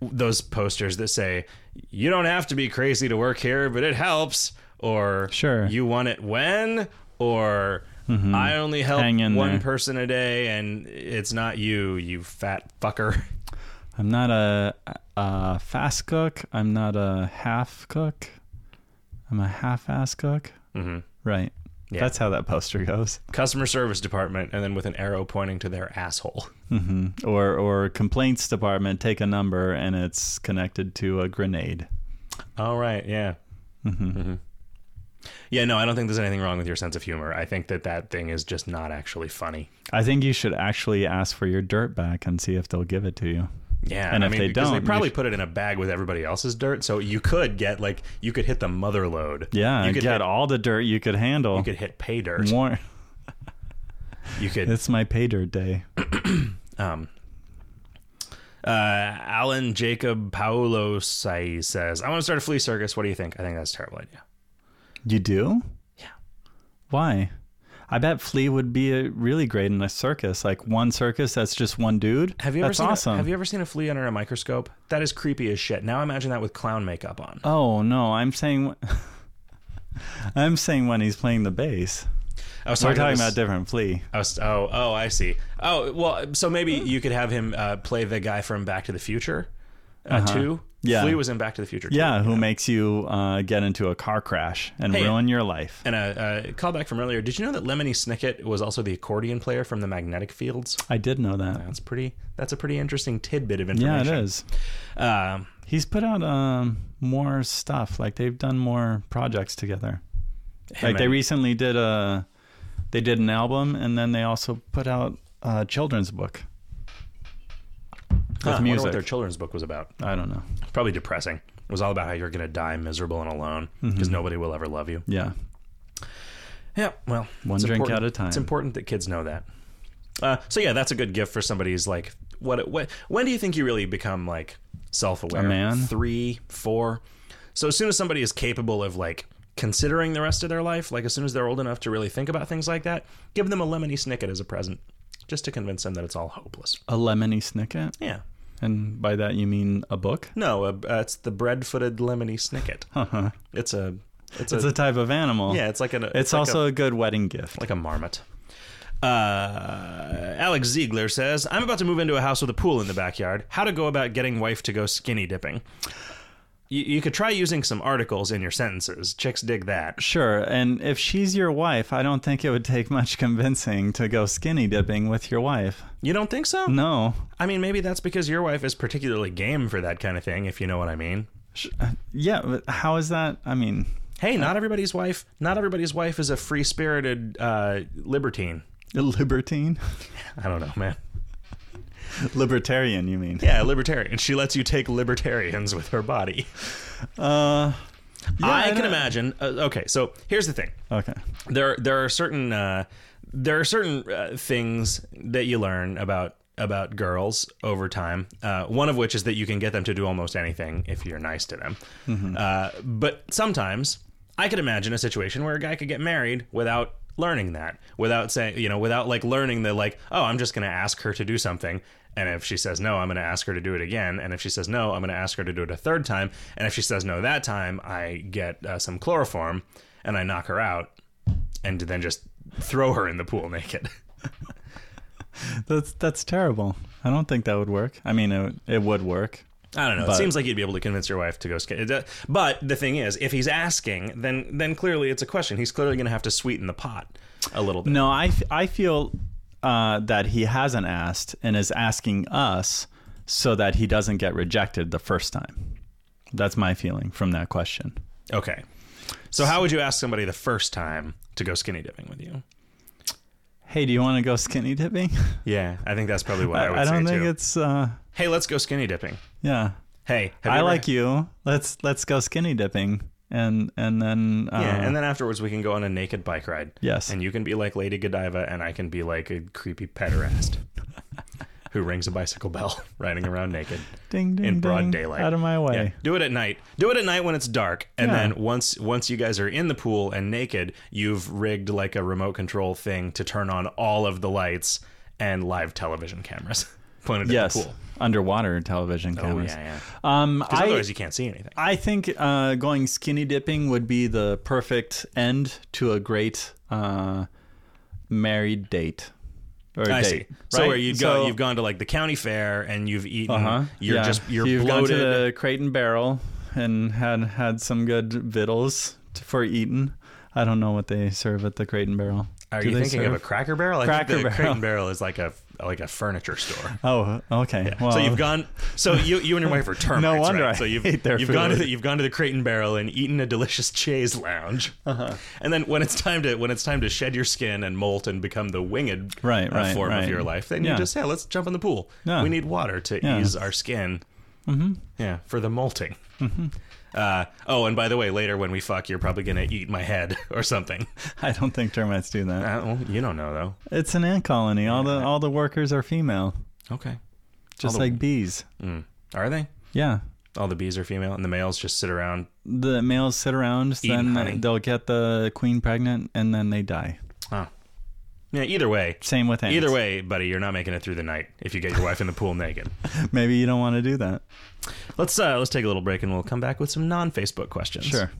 [SPEAKER 1] those posters that say, you don't have to be crazy to work here, but it helps, or
[SPEAKER 2] Sure. Mm-hmm.
[SPEAKER 1] you want it when, or I only help
[SPEAKER 2] Hang in
[SPEAKER 1] one
[SPEAKER 2] there.
[SPEAKER 1] person a day, and it's not you, you fat fucker. <laughs>
[SPEAKER 2] I'm not a, a fast cook. I'm not a half cook. I'm a half-ass cook.
[SPEAKER 1] Mm-hmm.
[SPEAKER 2] Right. That's how that poster goes.
[SPEAKER 1] Customer service department, and then with an arrow pointing to their asshole.
[SPEAKER 2] hmm Or or complaints department take a number and it's connected to a grenade.
[SPEAKER 1] All right, yeah.
[SPEAKER 2] Mm-hmm.
[SPEAKER 1] Mhm. Yeah, no, I don't think there's anything wrong with your sense of humor. I think that that thing is just not actually funny.
[SPEAKER 2] I think you should actually ask for your dirt back and see if they'll give it to you.
[SPEAKER 1] Yeah,
[SPEAKER 2] And
[SPEAKER 1] I
[SPEAKER 2] if
[SPEAKER 1] mean,
[SPEAKER 2] they
[SPEAKER 1] because
[SPEAKER 2] don't,
[SPEAKER 1] they
[SPEAKER 2] you
[SPEAKER 1] probably
[SPEAKER 2] sh-
[SPEAKER 1] put it in a bag with everybody else's dirt, so you could get like you could hit the mother load.
[SPEAKER 2] Yeah,
[SPEAKER 1] you
[SPEAKER 2] you
[SPEAKER 1] could
[SPEAKER 2] get
[SPEAKER 1] hit,
[SPEAKER 2] all the dirt you could handle.
[SPEAKER 1] you could hit pay dirt.
[SPEAKER 2] More.
[SPEAKER 1] You could
[SPEAKER 2] It's my pay dirt day.
[SPEAKER 1] Um, uh, Alan Jacob Paolo Sai says, I want to start a flea circus. What do you think? I think that's a terrible idea.
[SPEAKER 2] You do?
[SPEAKER 1] Yeah.
[SPEAKER 2] Why? I bet Flea would be uh really great in a circus, like one circus that's just one dude.
[SPEAKER 1] Have you ever
[SPEAKER 2] that's
[SPEAKER 1] seen
[SPEAKER 2] awesome.
[SPEAKER 1] a, Have you ever seen a flea under a microscope? That is creepy as shit. Now imagine that with clown makeup on.
[SPEAKER 2] <laughs> oh no, I'm saying, I'm saying when he's playing the bass.
[SPEAKER 1] I was
[SPEAKER 2] We're
[SPEAKER 1] talking,
[SPEAKER 2] talking
[SPEAKER 1] about
[SPEAKER 2] about
[SPEAKER 1] this-
[SPEAKER 2] different flea.
[SPEAKER 1] I was, oh, oh, I see. Oh, well, so maybe you could have him uh, play the guy from Back to the Future, uh, too.
[SPEAKER 2] Uh-huh. Yeah.
[SPEAKER 1] Flea was in Back to the Future. too.
[SPEAKER 2] Yeah, who makes you uh, get into a car crash and
[SPEAKER 1] Hey.
[SPEAKER 2] ruin your life?
[SPEAKER 1] And uh, a, a callback from earlier. Did you know that Lemony Snicket was also the accordion player from the Magnetic Fields?
[SPEAKER 2] I did know that.
[SPEAKER 1] That's pretty. That's a pretty interesting tidbit of
[SPEAKER 2] Yeah,
[SPEAKER 1] information.
[SPEAKER 2] it is.
[SPEAKER 1] Um,
[SPEAKER 2] He's put out um, more stuff. Like they've done more projects together.
[SPEAKER 1] him
[SPEAKER 2] like they
[SPEAKER 1] and-
[SPEAKER 2] recently did a, they did an album and then they also put out a children's book with
[SPEAKER 1] Huh, I wonder what
[SPEAKER 2] music.
[SPEAKER 1] their children's book was about.
[SPEAKER 2] I don't know.
[SPEAKER 1] Probably depressing. It was all about how you're going to die miserable and alone because nobody will ever love you.
[SPEAKER 2] Yeah,
[SPEAKER 1] Mm-hmm. Yeah, well,
[SPEAKER 2] One
[SPEAKER 1] it's
[SPEAKER 2] drink
[SPEAKER 1] important-
[SPEAKER 2] at a time.
[SPEAKER 1] It's important that kids know that. Uh, so yeah, that's a good gift for somebody who's like, what, what? When do you think you really become like self-aware?
[SPEAKER 2] A man?
[SPEAKER 1] three, four. So as soon as somebody is capable of like considering the rest of their life, like as soon as they're old enough to really think about things like that, give them a lemony snicket as a present, just to convince them that it's all hopeless.
[SPEAKER 2] a lemony snicket,
[SPEAKER 1] Yeah.
[SPEAKER 2] and by that you mean a book.
[SPEAKER 1] No, uh, uh, it's the bread-footed lemony snicket.
[SPEAKER 2] <laughs> Uh-huh.
[SPEAKER 1] It's a, it's,
[SPEAKER 2] It's
[SPEAKER 1] a,
[SPEAKER 2] a type of animal.
[SPEAKER 1] yeah, it's like an. like
[SPEAKER 2] it's,
[SPEAKER 1] a-
[SPEAKER 2] also a, good wedding gift.
[SPEAKER 1] like a marmot. Uh, Alex Ziegler says, "I'm about to move into a house with a pool in the backyard. How to go about getting wife to go skinny dipping? You, you could try using some articles in your sentences. Chicks dig that.
[SPEAKER 2] Sure, and if she's your wife, I don't think it would take much convincing to go skinny dipping with your wife.
[SPEAKER 1] You don't think so?
[SPEAKER 2] No,
[SPEAKER 1] I mean, maybe that's because your wife is particularly game for that kind of thing. If you know what I mean.
[SPEAKER 2] Sh- uh, yeah, but how is that? I mean,
[SPEAKER 1] Hey, not everybody's wife. Not everybody's wife is a free-spirited uh, libertine.
[SPEAKER 2] a libertine, <laughs>
[SPEAKER 1] I don't know, man.
[SPEAKER 2] libertarian. You mean?
[SPEAKER 1] Yeah, libertarian. She lets you take libertarians with her body.
[SPEAKER 2] Uh, yeah,
[SPEAKER 1] I can
[SPEAKER 2] don't-
[SPEAKER 1] imagine. Uh, okay, so here's the thing.
[SPEAKER 2] Okay.
[SPEAKER 1] there there are certain uh, there are certain uh, things that you learn about about girls over time. Uh, one of which is that you can get them to do almost anything if you're nice to them. Uh, but sometimes I could imagine a situation where a guy could get married without learning that, without saying you know, without like learning the like, oh, I'm just going to ask her to do something. And if she says no, I'm going to ask her to do it again. And if she says no, I'm going to ask her to do it a third time. And if she says no that time, I get uh, some chloroform and I knock her out and to then just throw her in the pool naked.
[SPEAKER 2] That's that's terrible. I don't think that would work. I mean, it, it would work.
[SPEAKER 1] I don't know. it
[SPEAKER 2] But-
[SPEAKER 1] seems like you'd be able to convince your wife to go skin. it does- But the thing is, if he's asking, then then clearly it's a question. He's clearly going to have to sweeten the pot a little bit.
[SPEAKER 2] No, I f- I feel uh, that he hasn't asked and is asking us so that he doesn't get rejected the first time. That's my feeling from that question.
[SPEAKER 1] Okay. So how would you ask somebody the first time to go skinny dipping with you?
[SPEAKER 2] Hey, do you want to go skinny dipping?
[SPEAKER 1] Yeah, I think that's probably what <laughs> I,
[SPEAKER 2] I,
[SPEAKER 1] would
[SPEAKER 2] I don't
[SPEAKER 1] say
[SPEAKER 2] think
[SPEAKER 1] too.
[SPEAKER 2] it's. Uh,
[SPEAKER 1] Hey, let's go skinny dipping.
[SPEAKER 2] yeah,
[SPEAKER 1] Hey, have
[SPEAKER 2] I
[SPEAKER 1] you ever-
[SPEAKER 2] like you. Let's let's go skinny dipping, and and then uh,
[SPEAKER 1] Yeah, and then afterwards we can go on a naked bike ride.
[SPEAKER 2] Yes.
[SPEAKER 1] and you can be like Lady Godiva, and I can be like a creepy pederast <laughs> who rings a bicycle bell <laughs> riding around naked.
[SPEAKER 2] ding ding
[SPEAKER 1] in broad
[SPEAKER 2] ding,
[SPEAKER 1] daylight.
[SPEAKER 2] out of my way.
[SPEAKER 1] Yeah, do it at night. Do it at night when it's dark, and
[SPEAKER 2] Yeah.
[SPEAKER 1] then once once you guys are in the pool and naked, you've rigged like a remote control thing to turn on all of the lights and live television cameras <laughs> pointed
[SPEAKER 2] Yes,
[SPEAKER 1] at the pool.
[SPEAKER 2] underwater television
[SPEAKER 1] Oh
[SPEAKER 2] cameras.
[SPEAKER 1] yeah, yeah. 'Cause
[SPEAKER 2] Um, I
[SPEAKER 1] otherwise you can't see anything.
[SPEAKER 2] I think uh, going skinny dipping would be the perfect end to a great uh, married date. Or
[SPEAKER 1] I
[SPEAKER 2] date,
[SPEAKER 1] see. So
[SPEAKER 2] right?
[SPEAKER 1] where you'd go,
[SPEAKER 2] So-
[SPEAKER 1] you've gone to like the county fair and you've eaten.
[SPEAKER 2] Uh-huh.
[SPEAKER 1] You're
[SPEAKER 2] Yeah.
[SPEAKER 1] just you're
[SPEAKER 2] You've
[SPEAKER 1] bloated.
[SPEAKER 2] gone to the Crate and Barrel and had had some good victuals t- for eating. I don't know what they serve at the Crate and Barrel.
[SPEAKER 1] Are
[SPEAKER 2] Do
[SPEAKER 1] you
[SPEAKER 2] they
[SPEAKER 1] thinking of a
[SPEAKER 2] serve?
[SPEAKER 1] Cracker Barrel? I
[SPEAKER 2] Cracker
[SPEAKER 1] think the
[SPEAKER 2] Barrel.
[SPEAKER 1] Crate and Barrel is like a like a furniture store.
[SPEAKER 2] Oh, okay. Well,
[SPEAKER 1] so you've
[SPEAKER 2] <laughs>
[SPEAKER 1] gone. So you you and your wife are termites.
[SPEAKER 2] No wonder
[SPEAKER 1] right?
[SPEAKER 2] I
[SPEAKER 1] So you've
[SPEAKER 2] hate their
[SPEAKER 1] you've gone to
[SPEAKER 2] food.
[SPEAKER 1] the, you've gone to the Crate and Barrel and eaten a delicious chaise lounge,
[SPEAKER 2] Uh-huh.
[SPEAKER 1] and then when it's time to when it's time to shed your skin and molt and become the winged
[SPEAKER 2] Right,
[SPEAKER 1] uh,
[SPEAKER 2] right,
[SPEAKER 1] form of
[SPEAKER 2] right.
[SPEAKER 1] your life, then you
[SPEAKER 2] Yeah.
[SPEAKER 1] just yeah, let's jump in the pool.
[SPEAKER 2] Yeah.
[SPEAKER 1] We need water to
[SPEAKER 2] Yeah.
[SPEAKER 1] ease our skin. Mm-hmm. Yeah, for the molting.
[SPEAKER 2] Mm-hmm.
[SPEAKER 1] Uh, oh, and by the way, later when we fuck, you're probably gonna eat my head <laughs> or something.
[SPEAKER 2] I don't think termites do that.
[SPEAKER 1] Uh, well, you don't know though.
[SPEAKER 2] It's an ant colony. All the all the workers are female,
[SPEAKER 1] Okay,
[SPEAKER 2] just
[SPEAKER 1] the-
[SPEAKER 2] like bees.
[SPEAKER 1] mm. are they?
[SPEAKER 2] Yeah.
[SPEAKER 1] All the bees are female, and the males just sit around
[SPEAKER 2] the males sit around, then
[SPEAKER 1] honey.
[SPEAKER 2] they'll get the queen pregnant, and then they die.
[SPEAKER 1] Huh. Yeah, either way.
[SPEAKER 2] Same with ants.
[SPEAKER 1] Either way, buddy, you're not making it through the night if you get your wife in the pool naked.
[SPEAKER 2] <laughs> maybe you don't want to do that.
[SPEAKER 1] <laughs> Let's uh let's take a little break and we'll come back with some non-Facebook questions.
[SPEAKER 2] Sure.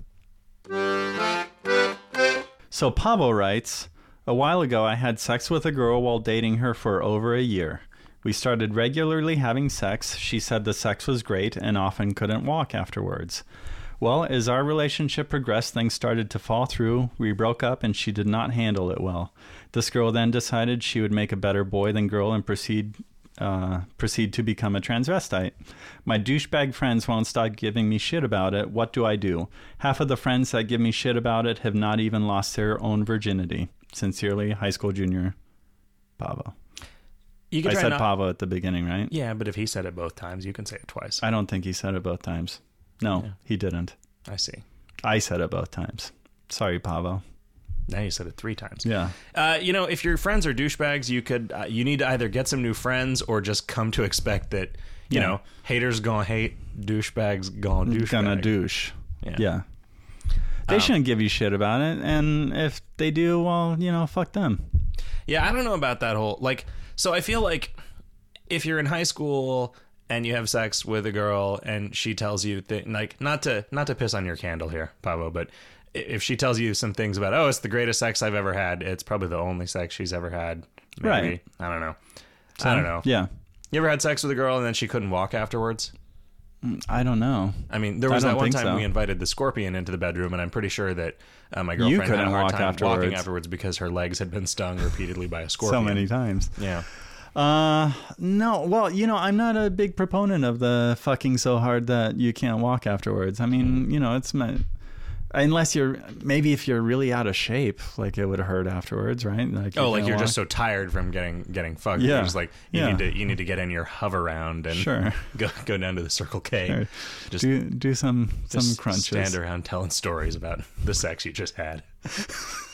[SPEAKER 2] So Pavo writes, A while ago, I had sex with a girl while dating her for over a year. We started regularly having sex. She said the sex was great and often couldn't walk afterwards. Well, as our relationship progressed, things started to fall through. We broke up and she did not handle it well. This girl then decided she would make a better boy than girl and proceed uh, proceed to become a transvestite. My douchebag friends won't stop giving me shit about it. What do I do? Half of the friends that give me shit about it have not even lost their own virginity. Sincerely, high school junior Pavo.
[SPEAKER 1] You
[SPEAKER 2] I
[SPEAKER 1] try
[SPEAKER 2] said
[SPEAKER 1] not-
[SPEAKER 2] Pavo at the beginning, right?
[SPEAKER 1] Yeah, but if he said it both times, you can say it twice.
[SPEAKER 2] I don't think he said it both times. No, he didn't.
[SPEAKER 1] I see.
[SPEAKER 2] I said it both times. Sorry, Pavo.
[SPEAKER 1] Now you said it three times.
[SPEAKER 2] Yeah.
[SPEAKER 1] Uh, you know, if your friends are douchebags, you could uh, you need to either get some new friends or just come to expect that you
[SPEAKER 2] Yeah.
[SPEAKER 1] know haters gonna hate, douchebags gonna douchebag.
[SPEAKER 2] Gonna douche.
[SPEAKER 1] Yeah. Um,
[SPEAKER 2] Yeah. They shouldn't give you shit about it. And if they do, well, you know, fuck them.
[SPEAKER 1] Yeah, I don't know about that whole like. So I feel like if you're in high school and you have sex with a girl and she tells you th- like not to not to piss on your candle here, Pablo, but i- if she tells you some things about oh it's the greatest sex I've ever had, it's probably the only sex she's ever had. Maybe.
[SPEAKER 2] Right.
[SPEAKER 1] I don't know. I don't know.
[SPEAKER 2] Yeah.
[SPEAKER 1] You ever had sex with a girl and then she couldn't walk afterwards?
[SPEAKER 2] I don't know.
[SPEAKER 1] I mean, there was
[SPEAKER 2] I
[SPEAKER 1] that
[SPEAKER 2] don't
[SPEAKER 1] one
[SPEAKER 2] think
[SPEAKER 1] time
[SPEAKER 2] so.
[SPEAKER 1] we invited the scorpion into the bedroom, and I'm pretty sure that uh, my girlfriend had a
[SPEAKER 2] couldn't
[SPEAKER 1] hard
[SPEAKER 2] walk
[SPEAKER 1] time walking
[SPEAKER 2] afterwards.
[SPEAKER 1] afterwards because her legs had been stung repeatedly by a
[SPEAKER 2] So
[SPEAKER 1] scorpion.
[SPEAKER 2] many times.
[SPEAKER 1] Yeah.
[SPEAKER 2] Uh, no. Well, you know, I'm not a big proponent of the fucking so hard that you can't walk afterwards. I mean, you know, it's my. Unless you're maybe if you're really out of shape, like it would hurt afterwards, right? Like you
[SPEAKER 1] Oh, like
[SPEAKER 2] can't
[SPEAKER 1] you're just
[SPEAKER 2] walk.
[SPEAKER 1] so tired from getting getting fucked.
[SPEAKER 2] Yeah.
[SPEAKER 1] You're just like you
[SPEAKER 2] Yeah.
[SPEAKER 1] need to you need to get in your hover round and
[SPEAKER 2] Sure.
[SPEAKER 1] <laughs> go go down to the Circle K.
[SPEAKER 2] Sure.
[SPEAKER 1] Just
[SPEAKER 2] do do some some
[SPEAKER 1] just
[SPEAKER 2] crunches.
[SPEAKER 1] stand around telling stories about the sex you just had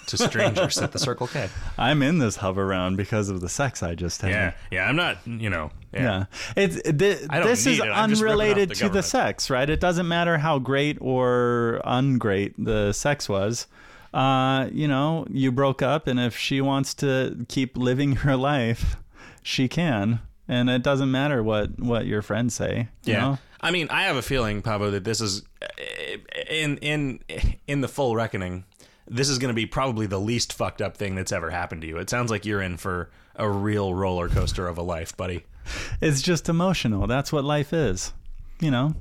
[SPEAKER 1] to strangers at the Circle
[SPEAKER 2] <laughs>
[SPEAKER 1] K.
[SPEAKER 2] I'm in this hover round because of the sex I just had.
[SPEAKER 1] Yeah, yeah. I'm not, you know. Yeah.
[SPEAKER 2] Yeah. It's th-
[SPEAKER 1] I don't
[SPEAKER 2] this
[SPEAKER 1] need
[SPEAKER 2] is
[SPEAKER 1] it. I'm just ripping off
[SPEAKER 2] unrelated
[SPEAKER 1] the
[SPEAKER 2] to the
[SPEAKER 1] government.
[SPEAKER 2] sex, right? It doesn't matter how great or ungreat the sex was. Uh, you know, you broke up, and if she wants to keep living <laughs> her life, she can, and it doesn't matter what what your friends say. you
[SPEAKER 1] Yeah.
[SPEAKER 2] know?
[SPEAKER 1] I mean, I have a feeling, Pablo, that this is eh, in in in the full reckoning. This is going to be probably the least fucked up thing that's ever happened to you. It sounds like you're in for a real roller coaster of a life, buddy.
[SPEAKER 2] it's just emotional. That's what life is. You know,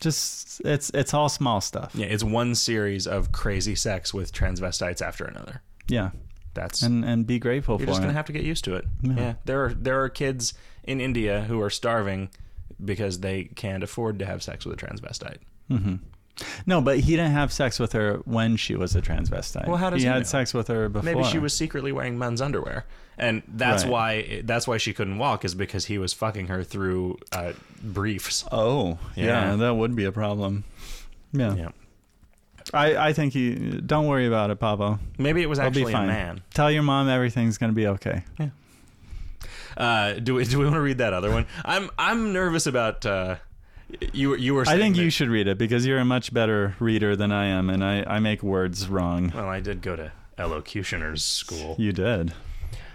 [SPEAKER 2] just it's it's all small stuff.
[SPEAKER 1] Yeah, it's one series of crazy sex with transvestites after another.
[SPEAKER 2] Yeah,
[SPEAKER 1] That's
[SPEAKER 2] and and be grateful
[SPEAKER 1] you're
[SPEAKER 2] for
[SPEAKER 1] just
[SPEAKER 2] it.
[SPEAKER 1] going to have to get used to it. Yeah. there are there are kids in India who are starving because they can't afford to have sex with a transvestite.
[SPEAKER 2] No, but he didn't have sex with her when she was a transvestite.
[SPEAKER 1] Well, how does
[SPEAKER 2] he
[SPEAKER 1] he
[SPEAKER 2] had
[SPEAKER 1] know?
[SPEAKER 2] sex with her before?
[SPEAKER 1] Maybe she was secretly wearing men's underwear, and that's
[SPEAKER 2] Right.
[SPEAKER 1] why that's why she couldn't walk is because he was fucking her through uh, briefs.
[SPEAKER 2] Oh, yeah,
[SPEAKER 1] Yeah.
[SPEAKER 2] that would be a problem. Yeah,
[SPEAKER 1] Yeah,
[SPEAKER 2] I, I think he. Don't worry about it, Pablo.
[SPEAKER 1] maybe it was
[SPEAKER 2] I'll be
[SPEAKER 1] actually a
[SPEAKER 2] fine.
[SPEAKER 1] man.
[SPEAKER 2] Tell your mom everything's gonna be okay.
[SPEAKER 1] Uh, do we do we want to read that other one? I'm I'm nervous about uh, you. You were.
[SPEAKER 2] I
[SPEAKER 1] saying
[SPEAKER 2] think
[SPEAKER 1] that-
[SPEAKER 2] you should read it because you're a much better reader than I am, and I, I make words wrong.
[SPEAKER 1] Well, I did go to elocutioner's school.
[SPEAKER 2] You did.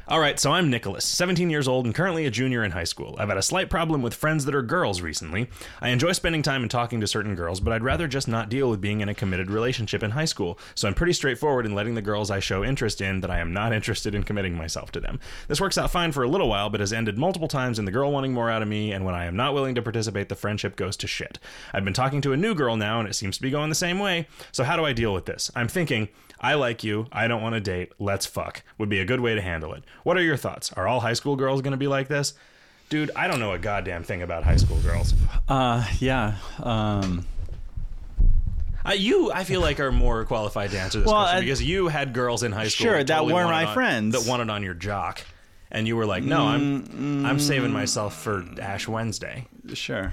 [SPEAKER 1] All right, so I'm Nicholas, 17 years old and currently a junior in high school. I've had a slight problem with friends that are girls recently. I enjoy spending time and talking to certain girls, but I'd rather just not deal with being in a committed relationship in high school, so I'm pretty straightforward in letting the girls I show interest in that I am not <laughs> interested in committing myself to them. This works out fine for a little while, but has ended multiple times in the girl wanting more out of me, and when I am not willing to participate, the friendship goes to shit. I've been talking to a new girl now, and it seems to be going the same way, so how do I deal with this? I'm thinking, I like you. I don't want to date. Let's fuck. Would be a good way to handle it. What are your thoughts? Are all high school girls going to be like this? Dude, I don't know a goddamn thing about high school girls.
[SPEAKER 2] Uh, yeah. Um,
[SPEAKER 1] I, you, I feel like, are more qualified to answer this
[SPEAKER 2] Well,
[SPEAKER 1] question
[SPEAKER 2] I-
[SPEAKER 1] because you had girls in high school.
[SPEAKER 2] Sure,
[SPEAKER 1] who
[SPEAKER 2] that were
[SPEAKER 1] wanted
[SPEAKER 2] my
[SPEAKER 1] on-
[SPEAKER 2] friends.
[SPEAKER 1] That wanted on your jock. And you were like, no, I'm, I'm saving myself for Ash Wednesday.
[SPEAKER 2] Sure.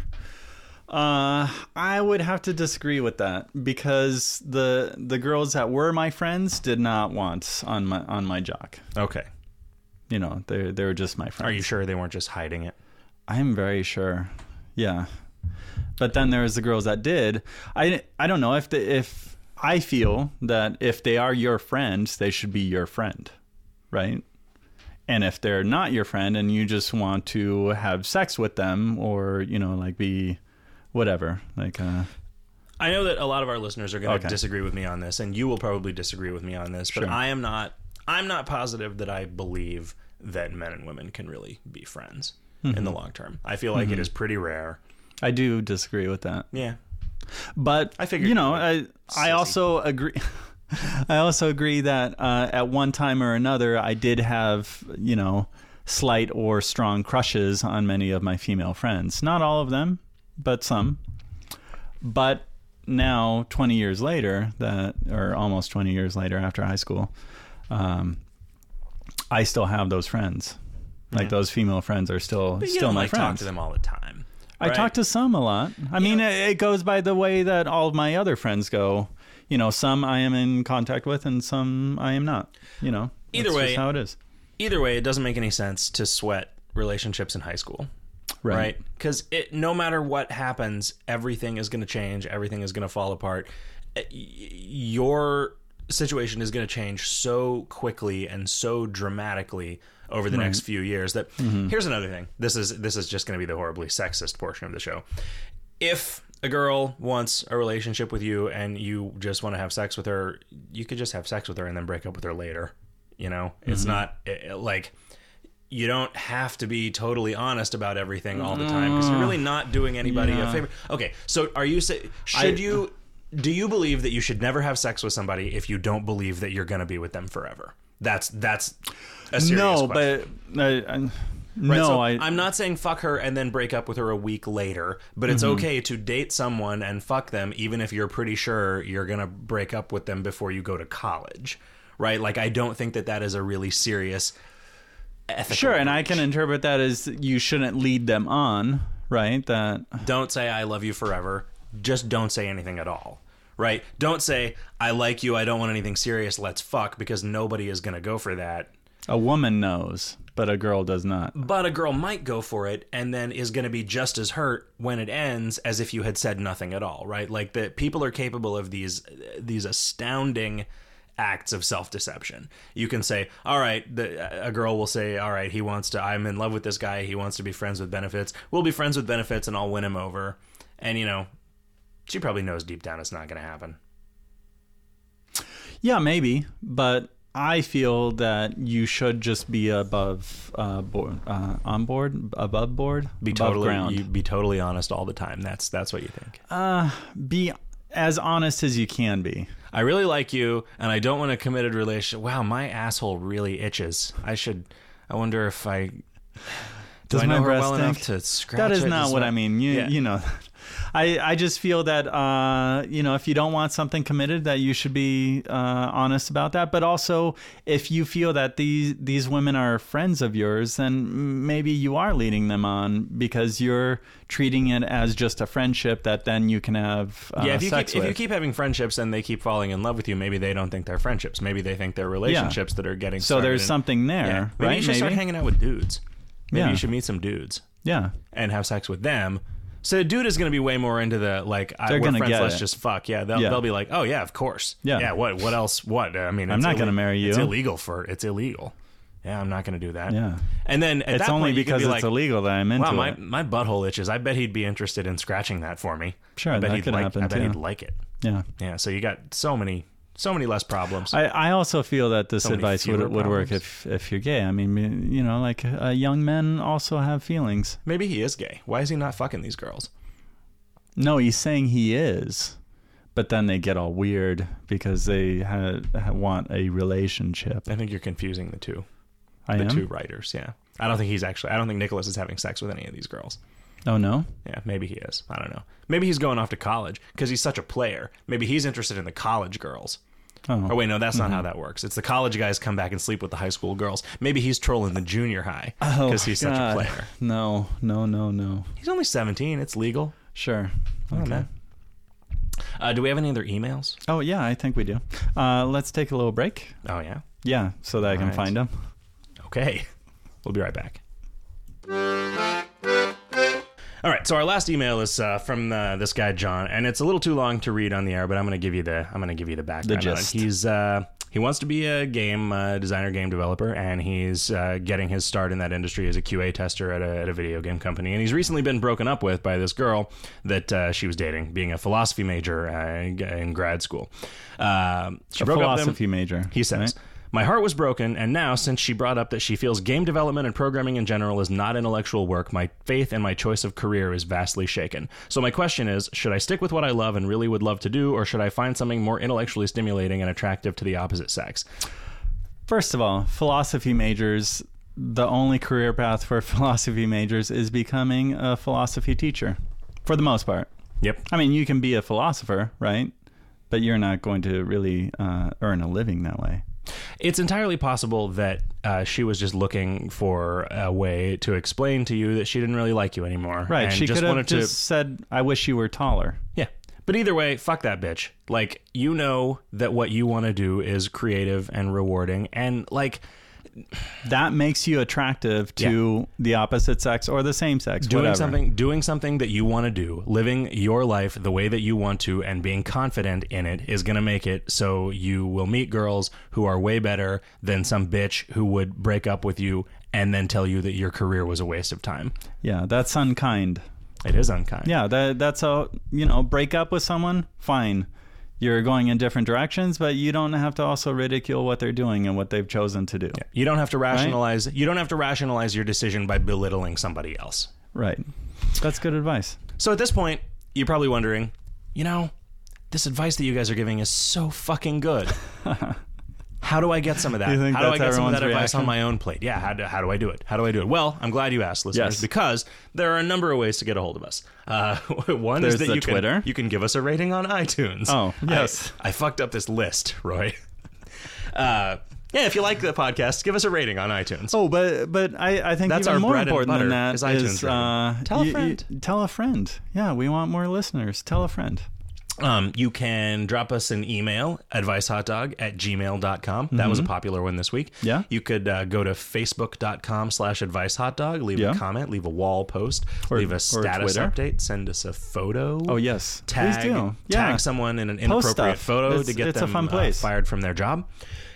[SPEAKER 2] Uh, I would have to disagree with that because the the girls that were my friends did not want on my on my jock.
[SPEAKER 1] Okay.
[SPEAKER 2] You know, they they were just my
[SPEAKER 1] Are
[SPEAKER 2] friends.
[SPEAKER 1] you sure they weren't just hiding it?
[SPEAKER 2] I'm very sure. Yeah. But then there's the girls that did. I I don't know if the if I feel that if they are your friend, they should be your friend, right? And if they're not your friend and you just want to have sex with them or, you know, like be whatever, like uh
[SPEAKER 1] I know that a lot of our listeners are going to
[SPEAKER 2] Okay.
[SPEAKER 1] disagree with me on this, and you will probably disagree with me on this. But
[SPEAKER 2] Sure.
[SPEAKER 1] I am not. I'm not positive that I believe that men and women can really be friends in
[SPEAKER 2] Mm-hmm.
[SPEAKER 1] the long term. I feel like it is pretty rare.
[SPEAKER 2] I do disagree with that.
[SPEAKER 1] Yeah.
[SPEAKER 2] but
[SPEAKER 1] I figured
[SPEAKER 2] you
[SPEAKER 1] you
[SPEAKER 2] know
[SPEAKER 1] were
[SPEAKER 2] I I also agree <laughs> I also agree that uh, at one time or another I did have you know slight or strong crushes on many of my female friends not all of them but some but now 20 years later that or almost 20 years later after high school um, I still have those friends like those female friends are still
[SPEAKER 1] But you
[SPEAKER 2] still
[SPEAKER 1] don't,
[SPEAKER 2] my
[SPEAKER 1] like,
[SPEAKER 2] friends
[SPEAKER 1] talk to them all the time.
[SPEAKER 2] I
[SPEAKER 1] right?
[SPEAKER 2] talk to some a lot. I mean, it, it goes by the way that all of my other friends go. You know, some I am in contact with, and some I am not. You know,
[SPEAKER 1] Either
[SPEAKER 2] That's
[SPEAKER 1] way-
[SPEAKER 2] just how it is.
[SPEAKER 1] Either way, it doesn't make any sense to sweat relationships in high school.
[SPEAKER 2] Right.
[SPEAKER 1] right because it no matter what happens everything is going to change everything is going to fall apart Uh, y- your situation is going to change so quickly and so dramatically over the next few years that here's another thing this is this is just going to be the horribly sexist portion of the show if a girl wants a relationship with you and you just want to have sex with her you could just have sex with her and then break up with her later you know it's not it, like you don't have to be totally honest about everything all the time because you're really not doing anybody a
[SPEAKER 2] Mm. Yeah.
[SPEAKER 1] favor. Okay, so are you say should you do you believe that you should never have sex with somebody if you don't believe that you're going to be with them forever? That's that's a serious
[SPEAKER 2] No,
[SPEAKER 1] question.
[SPEAKER 2] but I, I, no,
[SPEAKER 1] Right, so
[SPEAKER 2] I.
[SPEAKER 1] I'm not saying fuck her and then break up with her a week later, but
[SPEAKER 2] Mm-hmm.
[SPEAKER 1] it's okay to date someone and fuck them even if you're pretty sure you're going to break up with them before you go to college. Right? Like I don't think that that is a really serious ethical
[SPEAKER 2] sure, and I can interpret that as you shouldn't lead them on. Right. That
[SPEAKER 1] don't say I love you forever. Just don't say anything at all. Right? Don't say I like you. I don't want anything serious. Let's fuck because nobody is going to go for that.
[SPEAKER 2] a woman knows, but a girl does not.
[SPEAKER 1] But a girl might go for it and then is going to be just as hurt when it ends as if you had said nothing at all, right? Like that people are capable of these these astounding acts of self-deception. You can say, "All right, the, a girl will say, "All right, he wants to I'm in love with this guy. He wants to be friends with benefits. We'll be friends with benefits and I'll win him over." And you know, she probably knows deep down it's not going to happen.
[SPEAKER 2] Yeah, maybe, but I feel that you should just be above uh, board, uh, on board, above board,
[SPEAKER 1] Be
[SPEAKER 2] above
[SPEAKER 1] totally
[SPEAKER 2] ground.
[SPEAKER 1] you be totally honest all the time. That's that's what you think.
[SPEAKER 2] be as honest as you can be.
[SPEAKER 1] I really like you, and I don't want a committed relationship. Wow, my asshole really itches. I should. I wonder if I do
[SPEAKER 2] Does
[SPEAKER 1] I know
[SPEAKER 2] my
[SPEAKER 1] her
[SPEAKER 2] breast
[SPEAKER 1] well enough
[SPEAKER 2] stink?
[SPEAKER 1] to scratch.
[SPEAKER 2] That is
[SPEAKER 1] it?
[SPEAKER 2] not
[SPEAKER 1] Does
[SPEAKER 2] what
[SPEAKER 1] my-
[SPEAKER 2] I mean. You
[SPEAKER 1] Yeah.
[SPEAKER 2] you know, <laughs> I I just feel that uh you know if you don't want something committed that you should be uh, honest about that. But also if you feel that these these women are friends of yours, then maybe you are leading them on because you're treating it as just a friendship that then you can have uh,
[SPEAKER 1] Yeah, if you
[SPEAKER 2] sex
[SPEAKER 1] keep if you
[SPEAKER 2] with.
[SPEAKER 1] keep having friendships and they keep falling in love with you, maybe they don't think they're friendships. Maybe they think they're relationships that are getting.
[SPEAKER 2] so
[SPEAKER 1] started
[SPEAKER 2] there's
[SPEAKER 1] in-
[SPEAKER 2] something there,
[SPEAKER 1] Yeah.
[SPEAKER 2] right?
[SPEAKER 1] Maybe you should start hanging out with dudes. Maybe
[SPEAKER 2] Yeah.
[SPEAKER 1] you should meet some dudes
[SPEAKER 2] yeah.
[SPEAKER 1] and have sex with them. So a dude is going to be way more into the like I,
[SPEAKER 2] They're
[SPEAKER 1] we're
[SPEAKER 2] gonna
[SPEAKER 1] friends.
[SPEAKER 2] get
[SPEAKER 1] Let's
[SPEAKER 2] it.
[SPEAKER 1] just fuck. Yeah they'll,
[SPEAKER 2] Yeah.
[SPEAKER 1] they'll be like, oh yeah, of course.
[SPEAKER 2] Yeah.
[SPEAKER 1] yeah. What what else? What I mean, it's
[SPEAKER 2] not gonna
[SPEAKER 1] ille-
[SPEAKER 2] marry
[SPEAKER 1] It's
[SPEAKER 2] you.
[SPEAKER 1] illegal for it's illegal. Yeah, I'm not going to do that.
[SPEAKER 2] Yeah.
[SPEAKER 1] and then at
[SPEAKER 2] It's
[SPEAKER 1] that
[SPEAKER 2] only
[SPEAKER 1] point, you could
[SPEAKER 2] because
[SPEAKER 1] be
[SPEAKER 2] it's
[SPEAKER 1] like,
[SPEAKER 2] illegal that I'm into
[SPEAKER 1] Wow, my
[SPEAKER 2] it.
[SPEAKER 1] my butthole itches. I bet he'd be interested in scratching that for me.
[SPEAKER 2] Sure,
[SPEAKER 1] I bet
[SPEAKER 2] that
[SPEAKER 1] he'd
[SPEAKER 2] could
[SPEAKER 1] like,
[SPEAKER 2] happen,
[SPEAKER 1] I bet
[SPEAKER 2] too.
[SPEAKER 1] he'd like it.
[SPEAKER 2] Yeah.
[SPEAKER 1] Yeah, so you got so many so many less problems.
[SPEAKER 2] I, I also feel that this
[SPEAKER 1] many
[SPEAKER 2] advice would,
[SPEAKER 1] fewer
[SPEAKER 2] would work if, if you're gay. I mean, you know, like uh, young men also have feelings.
[SPEAKER 1] Maybe he is gay. Why is he not fucking these girls?
[SPEAKER 2] No, he's saying he is, but then they get all weird because they ha- ha- want a relationship.
[SPEAKER 1] I think you're confusing the two
[SPEAKER 2] I
[SPEAKER 1] the
[SPEAKER 2] am.
[SPEAKER 1] two writers. Yeah, I don't think he's actually. I don't think Nicholas is having sex with any of these girls.
[SPEAKER 2] Oh no,
[SPEAKER 1] Yeah, maybe he is. I don't know. Maybe he's going off to college because he's such a player. Maybe he's interested in the college girls.
[SPEAKER 2] oh
[SPEAKER 1] Oh wait, no, that's not how that works. It's the college guys come back and sleep with the high school girls. Maybe he's trolling the junior high
[SPEAKER 2] <laughs> Oh,
[SPEAKER 1] because he's
[SPEAKER 2] God.
[SPEAKER 1] such a player.
[SPEAKER 2] No, no, no, no.
[SPEAKER 1] He's only seventeen. It's legal.
[SPEAKER 2] Sure.
[SPEAKER 1] I don't know. Uh, do we have any other emails?
[SPEAKER 2] Oh yeah, I think we do. Uh, let's take a little break.
[SPEAKER 1] Oh yeah.
[SPEAKER 2] Yeah, so that I can
[SPEAKER 1] right.
[SPEAKER 2] find him.
[SPEAKER 1] Okay. <laughs> We'll be right back. All right, so our last email is uh, from uh, this guy John, and it's a little too long to read on the air, but I'm going to give you the I'm going to give you the background. on it.
[SPEAKER 2] gist.
[SPEAKER 1] He's uh, he wants to be a game uh, designer, game developer, and he's uh, getting his start in that industry as a QA tester at a, at a video game company. And he's recently been broken up with by this girl that uh, she was dating, being a philosophy major uh, in grad school. Um she
[SPEAKER 2] A
[SPEAKER 1] broke up with him.
[SPEAKER 2] philosophy major.
[SPEAKER 1] He says,
[SPEAKER 2] right?
[SPEAKER 1] My heart was broken, and now, since she brought up that she feels game development and programming in general is not intellectual work, my faith in my choice of career is vastly shaken. So, my question is should I stick with what I love and really would love to do, or should I find something more intellectually stimulating and attractive to the opposite sex?
[SPEAKER 2] First of all, philosophy majors, the only career path for <laughs> philosophy majors is becoming a philosophy teacher for the most part.
[SPEAKER 1] Yep.
[SPEAKER 2] I mean, you can be a philosopher, right? But you're not going to really uh, earn a living that way.
[SPEAKER 1] It's entirely possible that uh, she was just looking for a way to explain to you that she didn't really like you anymore.
[SPEAKER 2] Right.
[SPEAKER 1] And
[SPEAKER 2] she
[SPEAKER 1] just
[SPEAKER 2] could have
[SPEAKER 1] wanted to.
[SPEAKER 2] just said, I wish you were taller.
[SPEAKER 1] Yeah. But either way, fuck that bitch. Like, you know that what you want to do is creative and rewarding. And, like,
[SPEAKER 2] That makes you attractive to the opposite sex or the same sex.
[SPEAKER 1] doing
[SPEAKER 2] whatever.
[SPEAKER 1] something doing something that you want to do living your life the way that you want to and being confident in it is going to make it so you will meet girls who are way better than some bitch who would break up with you and then tell you that your career was a waste of time
[SPEAKER 2] Yeah, that's unkind.
[SPEAKER 1] it is unkind
[SPEAKER 2] Yeah, that that's a you know break up with someone. Fine, you're going in different directions, but you don't have to also ridicule what they're doing and what they've chosen to do.
[SPEAKER 1] you don't have to rationalize you don't have to rationalize your decision by belittling somebody else
[SPEAKER 2] Right. That's good advice.
[SPEAKER 1] so at this point you're probably wondering you know this advice that you guys are giving is so fucking
[SPEAKER 2] <laughs>
[SPEAKER 1] good How do I get some of that?
[SPEAKER 2] You think
[SPEAKER 1] how do I
[SPEAKER 2] that's
[SPEAKER 1] get some of that
[SPEAKER 2] everyone's
[SPEAKER 1] advice on
[SPEAKER 2] reaction?
[SPEAKER 1] my own plate? Yeah, how do, how do I do it? How do I do it? Well, I'm glad you asked, listeners,
[SPEAKER 2] Yes.
[SPEAKER 1] because there are a number of ways to get a hold of us. Uh, <laughs> one is
[SPEAKER 2] There's
[SPEAKER 1] that
[SPEAKER 2] the
[SPEAKER 1] you
[SPEAKER 2] Twitter.
[SPEAKER 1] can you can give us a rating on iTunes.
[SPEAKER 2] Oh,
[SPEAKER 1] I-
[SPEAKER 2] yes.
[SPEAKER 1] I, fucked up this list, Roy. <laughs> Uh, yeah, if you like the podcast, give us a rating on iTunes.
[SPEAKER 2] Oh, but but I, I think
[SPEAKER 1] That's
[SPEAKER 2] even
[SPEAKER 1] our
[SPEAKER 2] more
[SPEAKER 1] bread and
[SPEAKER 2] important than
[SPEAKER 1] butter
[SPEAKER 2] that
[SPEAKER 1] is iTunes
[SPEAKER 2] is,
[SPEAKER 1] rating.
[SPEAKER 2] uh,
[SPEAKER 1] Tell a friend.
[SPEAKER 2] tell a friend. Yeah, we want more listeners. Tell a friend.
[SPEAKER 1] Um, you can drop us an email, advicehotdog at gmail.com. That was a popular one this week.
[SPEAKER 2] Mm-hmm. Yeah.
[SPEAKER 1] You could uh, go to facebook.com slash advicehotdog, leave
[SPEAKER 2] Yeah.
[SPEAKER 1] a comment, leave a wall post, leave
[SPEAKER 2] or
[SPEAKER 1] a status
[SPEAKER 2] Twitter.
[SPEAKER 1] update, send us a photo.
[SPEAKER 2] Oh yes,
[SPEAKER 1] Tag,
[SPEAKER 2] please do. Yeah.
[SPEAKER 1] tag someone in an
[SPEAKER 2] Post
[SPEAKER 1] inappropriate
[SPEAKER 2] stuff.
[SPEAKER 1] photo
[SPEAKER 2] It's-
[SPEAKER 1] to get
[SPEAKER 2] it's a
[SPEAKER 1] them
[SPEAKER 2] fun
[SPEAKER 1] uh,
[SPEAKER 2] place.
[SPEAKER 1] fired from their job.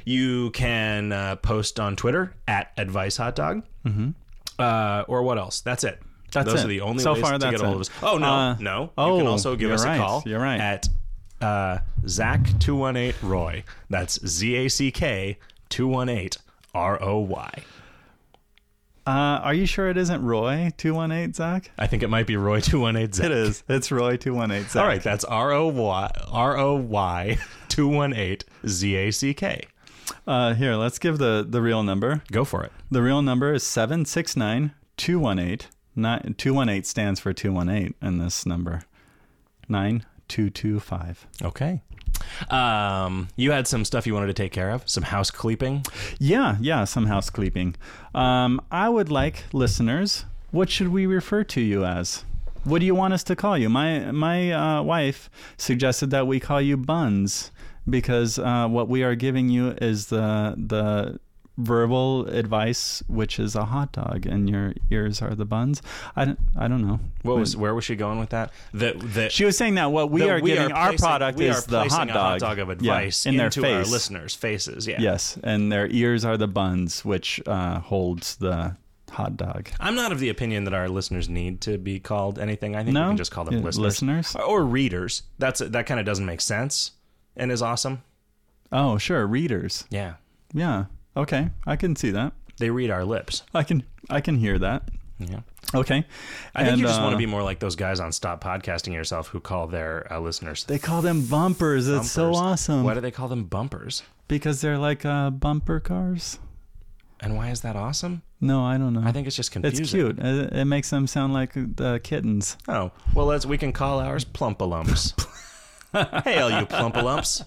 [SPEAKER 1] You can uh, post on Twitter at advicehotdog. Mm-hmm. Uh, or what else? That's it.
[SPEAKER 2] That's
[SPEAKER 1] Those
[SPEAKER 2] it.
[SPEAKER 1] are the only
[SPEAKER 2] So
[SPEAKER 1] ways
[SPEAKER 2] far,
[SPEAKER 1] to
[SPEAKER 2] that's
[SPEAKER 1] get a hold of
[SPEAKER 2] it.
[SPEAKER 1] us. Oh no,
[SPEAKER 2] Uh,
[SPEAKER 1] no. you can
[SPEAKER 2] oh,
[SPEAKER 1] also give
[SPEAKER 2] you're
[SPEAKER 1] us
[SPEAKER 2] right.
[SPEAKER 1] a call.
[SPEAKER 2] You're right.
[SPEAKER 1] At uh, Zach two one eight Roy. That's Z A C K two one eight R O Y.
[SPEAKER 2] Uh, are you sure it isn't Roy two one eight Zach?
[SPEAKER 1] I think it might be Roy two one eight Zach.
[SPEAKER 2] It is. <laughs> It's Roy two one eight Zach.
[SPEAKER 1] All right, that's R O Y R O Y <laughs> two one eight Z A C K.
[SPEAKER 2] Uh, here, let's give the the real number.
[SPEAKER 1] Go for it.
[SPEAKER 2] The real number is 769 218. 218 stands for 218 in this number. 9225.
[SPEAKER 1] Okay. Um, you had some stuff you wanted to take care of, some house cleeping.
[SPEAKER 2] Yeah, yeah, some housekeeping. Um, I would like listeners, what should we refer to you as? What do you want us to call you? My my uh, wife suggested that we call you Buns because uh, what we are giving you is the the verbal advice, which is a hot dog, and your ears are the buns. I don't, I don't know.
[SPEAKER 1] What was where was she going with that? That that
[SPEAKER 2] She was saying that what we
[SPEAKER 1] that
[SPEAKER 2] are giving our
[SPEAKER 1] placing-
[SPEAKER 2] product
[SPEAKER 1] we
[SPEAKER 2] is
[SPEAKER 1] are
[SPEAKER 2] the
[SPEAKER 1] placing
[SPEAKER 2] hot dog,
[SPEAKER 1] a hot dog of
[SPEAKER 2] Yeah,
[SPEAKER 1] advice
[SPEAKER 2] in their
[SPEAKER 1] into our
[SPEAKER 2] face.
[SPEAKER 1] listeners' faces. Yeah.
[SPEAKER 2] Yes, and their ears are the buns, which uh, holds the hot dog.
[SPEAKER 1] I'm not of the opinion that our listeners need to be called anything. I think
[SPEAKER 2] No?
[SPEAKER 1] we can just call them
[SPEAKER 2] Yeah,
[SPEAKER 1] listeners.
[SPEAKER 2] listeners?
[SPEAKER 1] or readers. That's that kind of doesn't make sense and is awesome.
[SPEAKER 2] Oh, sure, readers.
[SPEAKER 1] Yeah,
[SPEAKER 2] Yeah, okay, I can see that.
[SPEAKER 1] they read our lips.
[SPEAKER 2] I can I can hear that.
[SPEAKER 1] Yeah,
[SPEAKER 2] Okay, uh,
[SPEAKER 1] I think you just want to be more like those guys on Stop Podcasting Yourself who call their uh, listeners.
[SPEAKER 2] They call them bumpers. It's so
[SPEAKER 1] bumpers.
[SPEAKER 2] awesome
[SPEAKER 1] Why do they call them bumpers?
[SPEAKER 2] because they're like uh, bumper cars.
[SPEAKER 1] And why is that awesome?
[SPEAKER 2] No, I don't know.
[SPEAKER 1] I think it's just confusing.
[SPEAKER 2] it's cute. It, it makes them sound like the kittens.
[SPEAKER 1] Oh well, let's we can call ours
[SPEAKER 2] <laughs>
[SPEAKER 1] plumpalumps. hey, all you plumpalumps!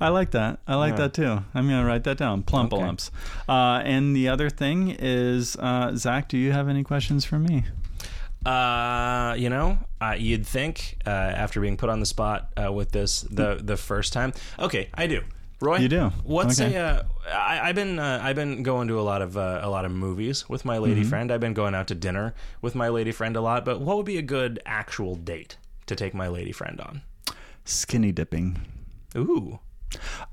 [SPEAKER 2] I like that. I like
[SPEAKER 1] Yeah.
[SPEAKER 2] that too. I'm gonna write that down. Plump
[SPEAKER 1] Okay.
[SPEAKER 2] lumps. Uh, and the other thing is, uh, Zach, do you have any questions for me?
[SPEAKER 1] Uh, you know, uh, you'd think uh, after being put on the spot uh, with this the the first time. Okay, I do. Roy,
[SPEAKER 2] You do?
[SPEAKER 1] What's
[SPEAKER 2] Okay.
[SPEAKER 1] a? Uh, I, I've been uh, I've been going to a lot of uh, a lot of movies with my
[SPEAKER 2] Mm-hmm.
[SPEAKER 1] lady friend. I've been going out to dinner with my lady friend a lot. But what would be a good actual date to take my lady friend on?
[SPEAKER 2] Skinny dipping.
[SPEAKER 1] Ooh,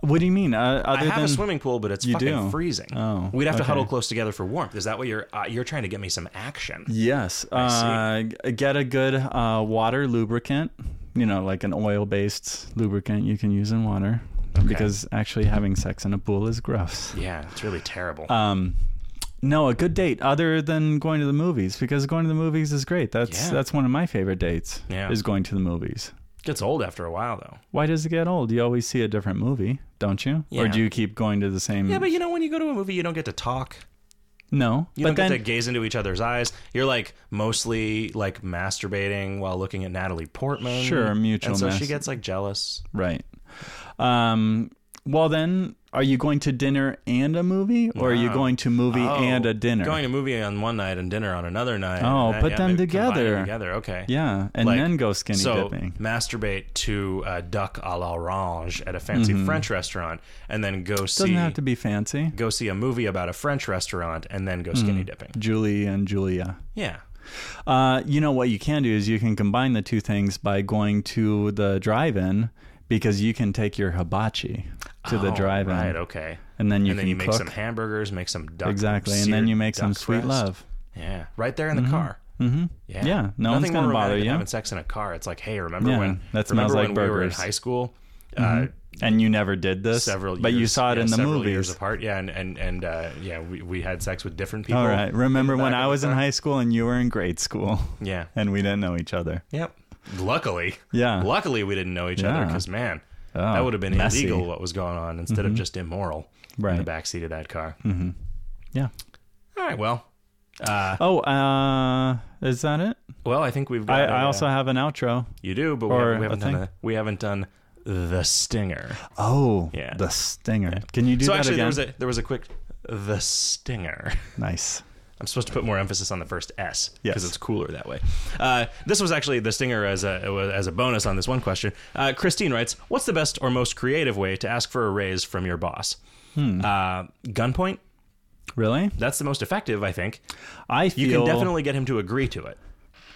[SPEAKER 2] What do you mean? Uh, other
[SPEAKER 1] I have
[SPEAKER 2] than
[SPEAKER 1] a swimming pool, but it's fucking
[SPEAKER 2] do?
[SPEAKER 1] freezing.
[SPEAKER 2] Oh,
[SPEAKER 1] We'd have to
[SPEAKER 2] okay.
[SPEAKER 1] huddle close together for warmth. Is that what you're uh, you're trying to get me some action?
[SPEAKER 2] yes, uh, g- get a good uh, water lubricant. You know, like an oil-based lubricant you can use in water.
[SPEAKER 1] Okay.
[SPEAKER 2] because actually having sex in a pool is gross.
[SPEAKER 1] yeah, it's really terrible.
[SPEAKER 2] Um, no, a good date other than going to the movies because going to the movies is great. That's
[SPEAKER 1] Yeah.
[SPEAKER 2] that's one of my favorite dates.
[SPEAKER 1] Yeah.
[SPEAKER 2] is going to the movies.
[SPEAKER 1] Gets old after a while though.
[SPEAKER 2] Why does it get old? You always see a different movie, don't you?
[SPEAKER 1] Yeah.
[SPEAKER 2] Or do you keep going to the same?
[SPEAKER 1] Yeah, but you know when you go to a movie, you don't get to talk.
[SPEAKER 2] no.
[SPEAKER 1] You
[SPEAKER 2] Mm. but
[SPEAKER 1] don't
[SPEAKER 2] then
[SPEAKER 1] get to gaze into each other's eyes. You're like mostly like masturbating while looking at Natalie Portman.
[SPEAKER 2] Sure, mutual
[SPEAKER 1] And so she
[SPEAKER 2] mas-
[SPEAKER 1] gets like jealous.
[SPEAKER 2] Right. Um, well, then, are you going to dinner and a movie, or are you
[SPEAKER 1] No.
[SPEAKER 2] going to movie
[SPEAKER 1] Oh,
[SPEAKER 2] and a dinner?
[SPEAKER 1] Going to movie on one night and dinner on another night.
[SPEAKER 2] Oh,
[SPEAKER 1] And that-
[SPEAKER 2] put them
[SPEAKER 1] maybe combine it
[SPEAKER 2] together.
[SPEAKER 1] Together, okay.
[SPEAKER 2] yeah, and
[SPEAKER 1] Like,
[SPEAKER 2] then go skinny
[SPEAKER 1] So
[SPEAKER 2] dipping.
[SPEAKER 1] masturbate to uh, duck à l'orange at a fancy French restaurant, and then go
[SPEAKER 2] Mm-hmm. Doesn't
[SPEAKER 1] see
[SPEAKER 2] have to be fancy.
[SPEAKER 1] go see a movie about a French restaurant, and then go
[SPEAKER 2] Mm.
[SPEAKER 1] skinny dipping.
[SPEAKER 2] Julie and Julia.
[SPEAKER 1] Yeah,
[SPEAKER 2] Uh, you know what you can do is you can combine the two things by going to the drive-in because you can take your hibachi to the
[SPEAKER 1] Oh,
[SPEAKER 2] drive-in,
[SPEAKER 1] Right. Okay.
[SPEAKER 2] and then you
[SPEAKER 1] and
[SPEAKER 2] can
[SPEAKER 1] then you make
[SPEAKER 2] cook
[SPEAKER 1] some hamburgers, make some duck
[SPEAKER 2] exactly, and then
[SPEAKER 1] seared
[SPEAKER 2] you make some
[SPEAKER 1] duck
[SPEAKER 2] sweet
[SPEAKER 1] breast.
[SPEAKER 2] love.
[SPEAKER 1] Yeah, right there in the car.
[SPEAKER 2] Mm-hmm.
[SPEAKER 1] Yeah,
[SPEAKER 2] Yeah, no one's
[SPEAKER 1] Nothing
[SPEAKER 2] gonna
[SPEAKER 1] more
[SPEAKER 2] bother
[SPEAKER 1] romantic than
[SPEAKER 2] you.
[SPEAKER 1] Having sex in a car, it's like, hey, remember
[SPEAKER 2] Yeah,
[SPEAKER 1] when
[SPEAKER 2] that
[SPEAKER 1] remember
[SPEAKER 2] smells like
[SPEAKER 1] when we were in
[SPEAKER 2] burgers.
[SPEAKER 1] high school? Uh,
[SPEAKER 2] And you never did this,
[SPEAKER 1] several,
[SPEAKER 2] but
[SPEAKER 1] years,
[SPEAKER 2] you saw it
[SPEAKER 1] yeah,
[SPEAKER 2] in the
[SPEAKER 1] several
[SPEAKER 2] movies.
[SPEAKER 1] years apart. Yeah, and and and uh, yeah, we, we had sex with different people.
[SPEAKER 2] All right. Remember
[SPEAKER 1] the
[SPEAKER 2] when
[SPEAKER 1] back
[SPEAKER 2] I
[SPEAKER 1] of the
[SPEAKER 2] was in
[SPEAKER 1] car?
[SPEAKER 2] high school and you were in grade school <laughs>
[SPEAKER 1] Yeah.
[SPEAKER 2] and we didn't know each other?
[SPEAKER 1] Yep. Luckily,
[SPEAKER 2] Yeah.
[SPEAKER 1] luckily we didn't know each other
[SPEAKER 2] Yeah.
[SPEAKER 1] because man,
[SPEAKER 2] Oh,
[SPEAKER 1] that would have been
[SPEAKER 2] messy. Mm-hmm.
[SPEAKER 1] illegal what was going on instead of just immoral in
[SPEAKER 2] Right. Mm.
[SPEAKER 1] the backseat of that car.
[SPEAKER 2] Yeah.
[SPEAKER 1] All right, well, uh,
[SPEAKER 2] Oh, uh, is that it?
[SPEAKER 1] well, I think we've got.
[SPEAKER 2] I,
[SPEAKER 1] a,
[SPEAKER 2] I
[SPEAKER 1] uh,
[SPEAKER 2] also have an outro.
[SPEAKER 1] you do, but we
[SPEAKER 2] or
[SPEAKER 1] haven't, we
[SPEAKER 2] a
[SPEAKER 1] haven't done
[SPEAKER 2] thing.
[SPEAKER 1] the, we haven't done the stinger.
[SPEAKER 2] Oh,
[SPEAKER 1] Yeah.
[SPEAKER 2] the stinger. Can you do
[SPEAKER 1] so
[SPEAKER 2] that
[SPEAKER 1] actually,
[SPEAKER 2] again?
[SPEAKER 1] there was a there was a quick the stinger. <laughs>
[SPEAKER 2] nice.
[SPEAKER 1] I'm supposed to put more emphasis on the first S because
[SPEAKER 2] Yes.
[SPEAKER 1] it's cooler that way. Uh, this was actually the stinger as a as a bonus on this one question. Uh, Christine writes, "What's the best or most creative way to ask for a raise from your boss?
[SPEAKER 2] Hmm.
[SPEAKER 1] Uh, gunpoint.
[SPEAKER 2] Really?
[SPEAKER 1] That's the most effective, I think.
[SPEAKER 2] I feel
[SPEAKER 1] You can definitely get him to agree to it.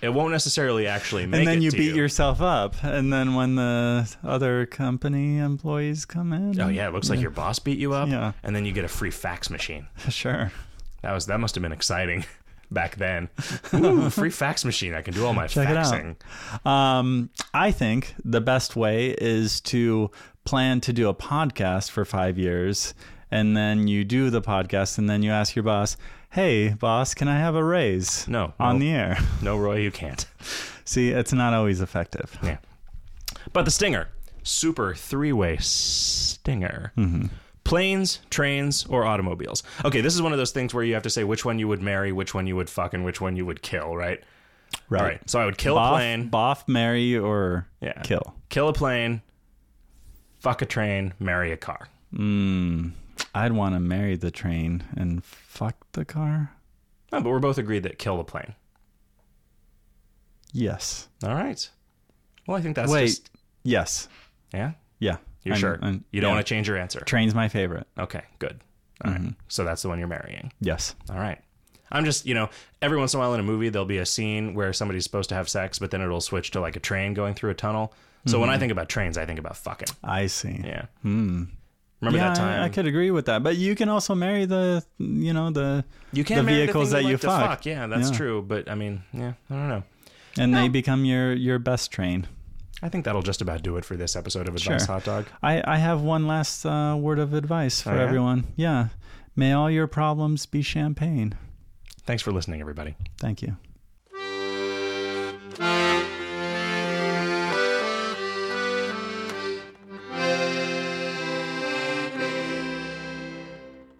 [SPEAKER 1] It won't necessarily actually make
[SPEAKER 2] <laughs> And then
[SPEAKER 1] it
[SPEAKER 2] you
[SPEAKER 1] to
[SPEAKER 2] beat yourself up, and then when the other company employees come in,
[SPEAKER 1] Oh yeah, it looks like your boss beat you up,
[SPEAKER 2] Yeah.
[SPEAKER 1] and then you get a free fax machine.
[SPEAKER 2] <laughs> sure.
[SPEAKER 1] That was that must have been exciting <laughs> back
[SPEAKER 2] <laughs>
[SPEAKER 1] then. Ooh, free fax machine! I can do all my
[SPEAKER 2] Check it out.
[SPEAKER 1] faxing.
[SPEAKER 2] Um, I think the best way is to plan to do a podcast for five years, and then you do the podcast, and then you ask your boss, "Hey, boss, can I have a raise?"
[SPEAKER 1] No,
[SPEAKER 2] on
[SPEAKER 1] no.
[SPEAKER 2] the air. <laughs>
[SPEAKER 1] No, Roy, you can't. <laughs>
[SPEAKER 2] See, it's not always effective.
[SPEAKER 1] Yeah. But the Stinger, super three way Stinger.
[SPEAKER 2] Mm-hmm.
[SPEAKER 1] Planes, trains, or automobiles. Okay, this is one of those things where you have to say which one you would marry, which one you would fuck, and which one you would kill, right?
[SPEAKER 2] Right.
[SPEAKER 1] All right. So I would kill a
[SPEAKER 2] Boff,
[SPEAKER 1] plane,
[SPEAKER 2] boff, marry, or
[SPEAKER 1] Yeah.
[SPEAKER 2] kill.
[SPEAKER 1] kill a plane, fuck a train, marry a car.
[SPEAKER 2] Mm, I'd want to marry the train and fuck the car.
[SPEAKER 1] Oh, but we're both agreed that kill the plane.
[SPEAKER 2] Yes.
[SPEAKER 1] All right. Well, I think that's
[SPEAKER 2] Wait.
[SPEAKER 1] just.
[SPEAKER 2] Yes.
[SPEAKER 1] Yeah?
[SPEAKER 2] Yeah.
[SPEAKER 1] You're
[SPEAKER 2] I'm-
[SPEAKER 1] sure?
[SPEAKER 2] I'm-
[SPEAKER 1] you don't
[SPEAKER 2] yeah. Mm-hmm.
[SPEAKER 1] want to change your answer.
[SPEAKER 2] Train's my favorite.
[SPEAKER 1] Okay, good. All right. So that's the one you're marrying.
[SPEAKER 2] Yes.
[SPEAKER 1] All right. I'm just, you know, every once in a while in a movie, there'll be a scene where somebody's supposed to have sex, but then it'll switch to like a train going through a tunnel. So when I
[SPEAKER 2] Mm-hmm.
[SPEAKER 1] think about trains, I think about fucking.
[SPEAKER 2] I see. Hmm.
[SPEAKER 1] Yeah. Remember
[SPEAKER 2] yeah,
[SPEAKER 1] that
[SPEAKER 2] I-
[SPEAKER 1] time?
[SPEAKER 2] I, could agree with that. But you can also marry the, you know, the
[SPEAKER 1] you
[SPEAKER 2] the
[SPEAKER 1] can't marry
[SPEAKER 2] vehicles
[SPEAKER 1] the
[SPEAKER 2] that
[SPEAKER 1] thing
[SPEAKER 2] you
[SPEAKER 1] like to
[SPEAKER 2] fuck,
[SPEAKER 1] Yeah, that's
[SPEAKER 2] Yeah.
[SPEAKER 1] true. But I mean, yeah, I don't know.
[SPEAKER 2] and they become your your best train.
[SPEAKER 1] I think that'll just about do it for this episode of Advice
[SPEAKER 2] Sure.
[SPEAKER 1] Hot Dog.
[SPEAKER 2] I I have one last uh, word of advice for
[SPEAKER 1] yeah?
[SPEAKER 2] everyone. Yeah, may all your problems be champagne.
[SPEAKER 1] Thanks for listening, everybody.
[SPEAKER 2] Thank you.
[SPEAKER 3] Thank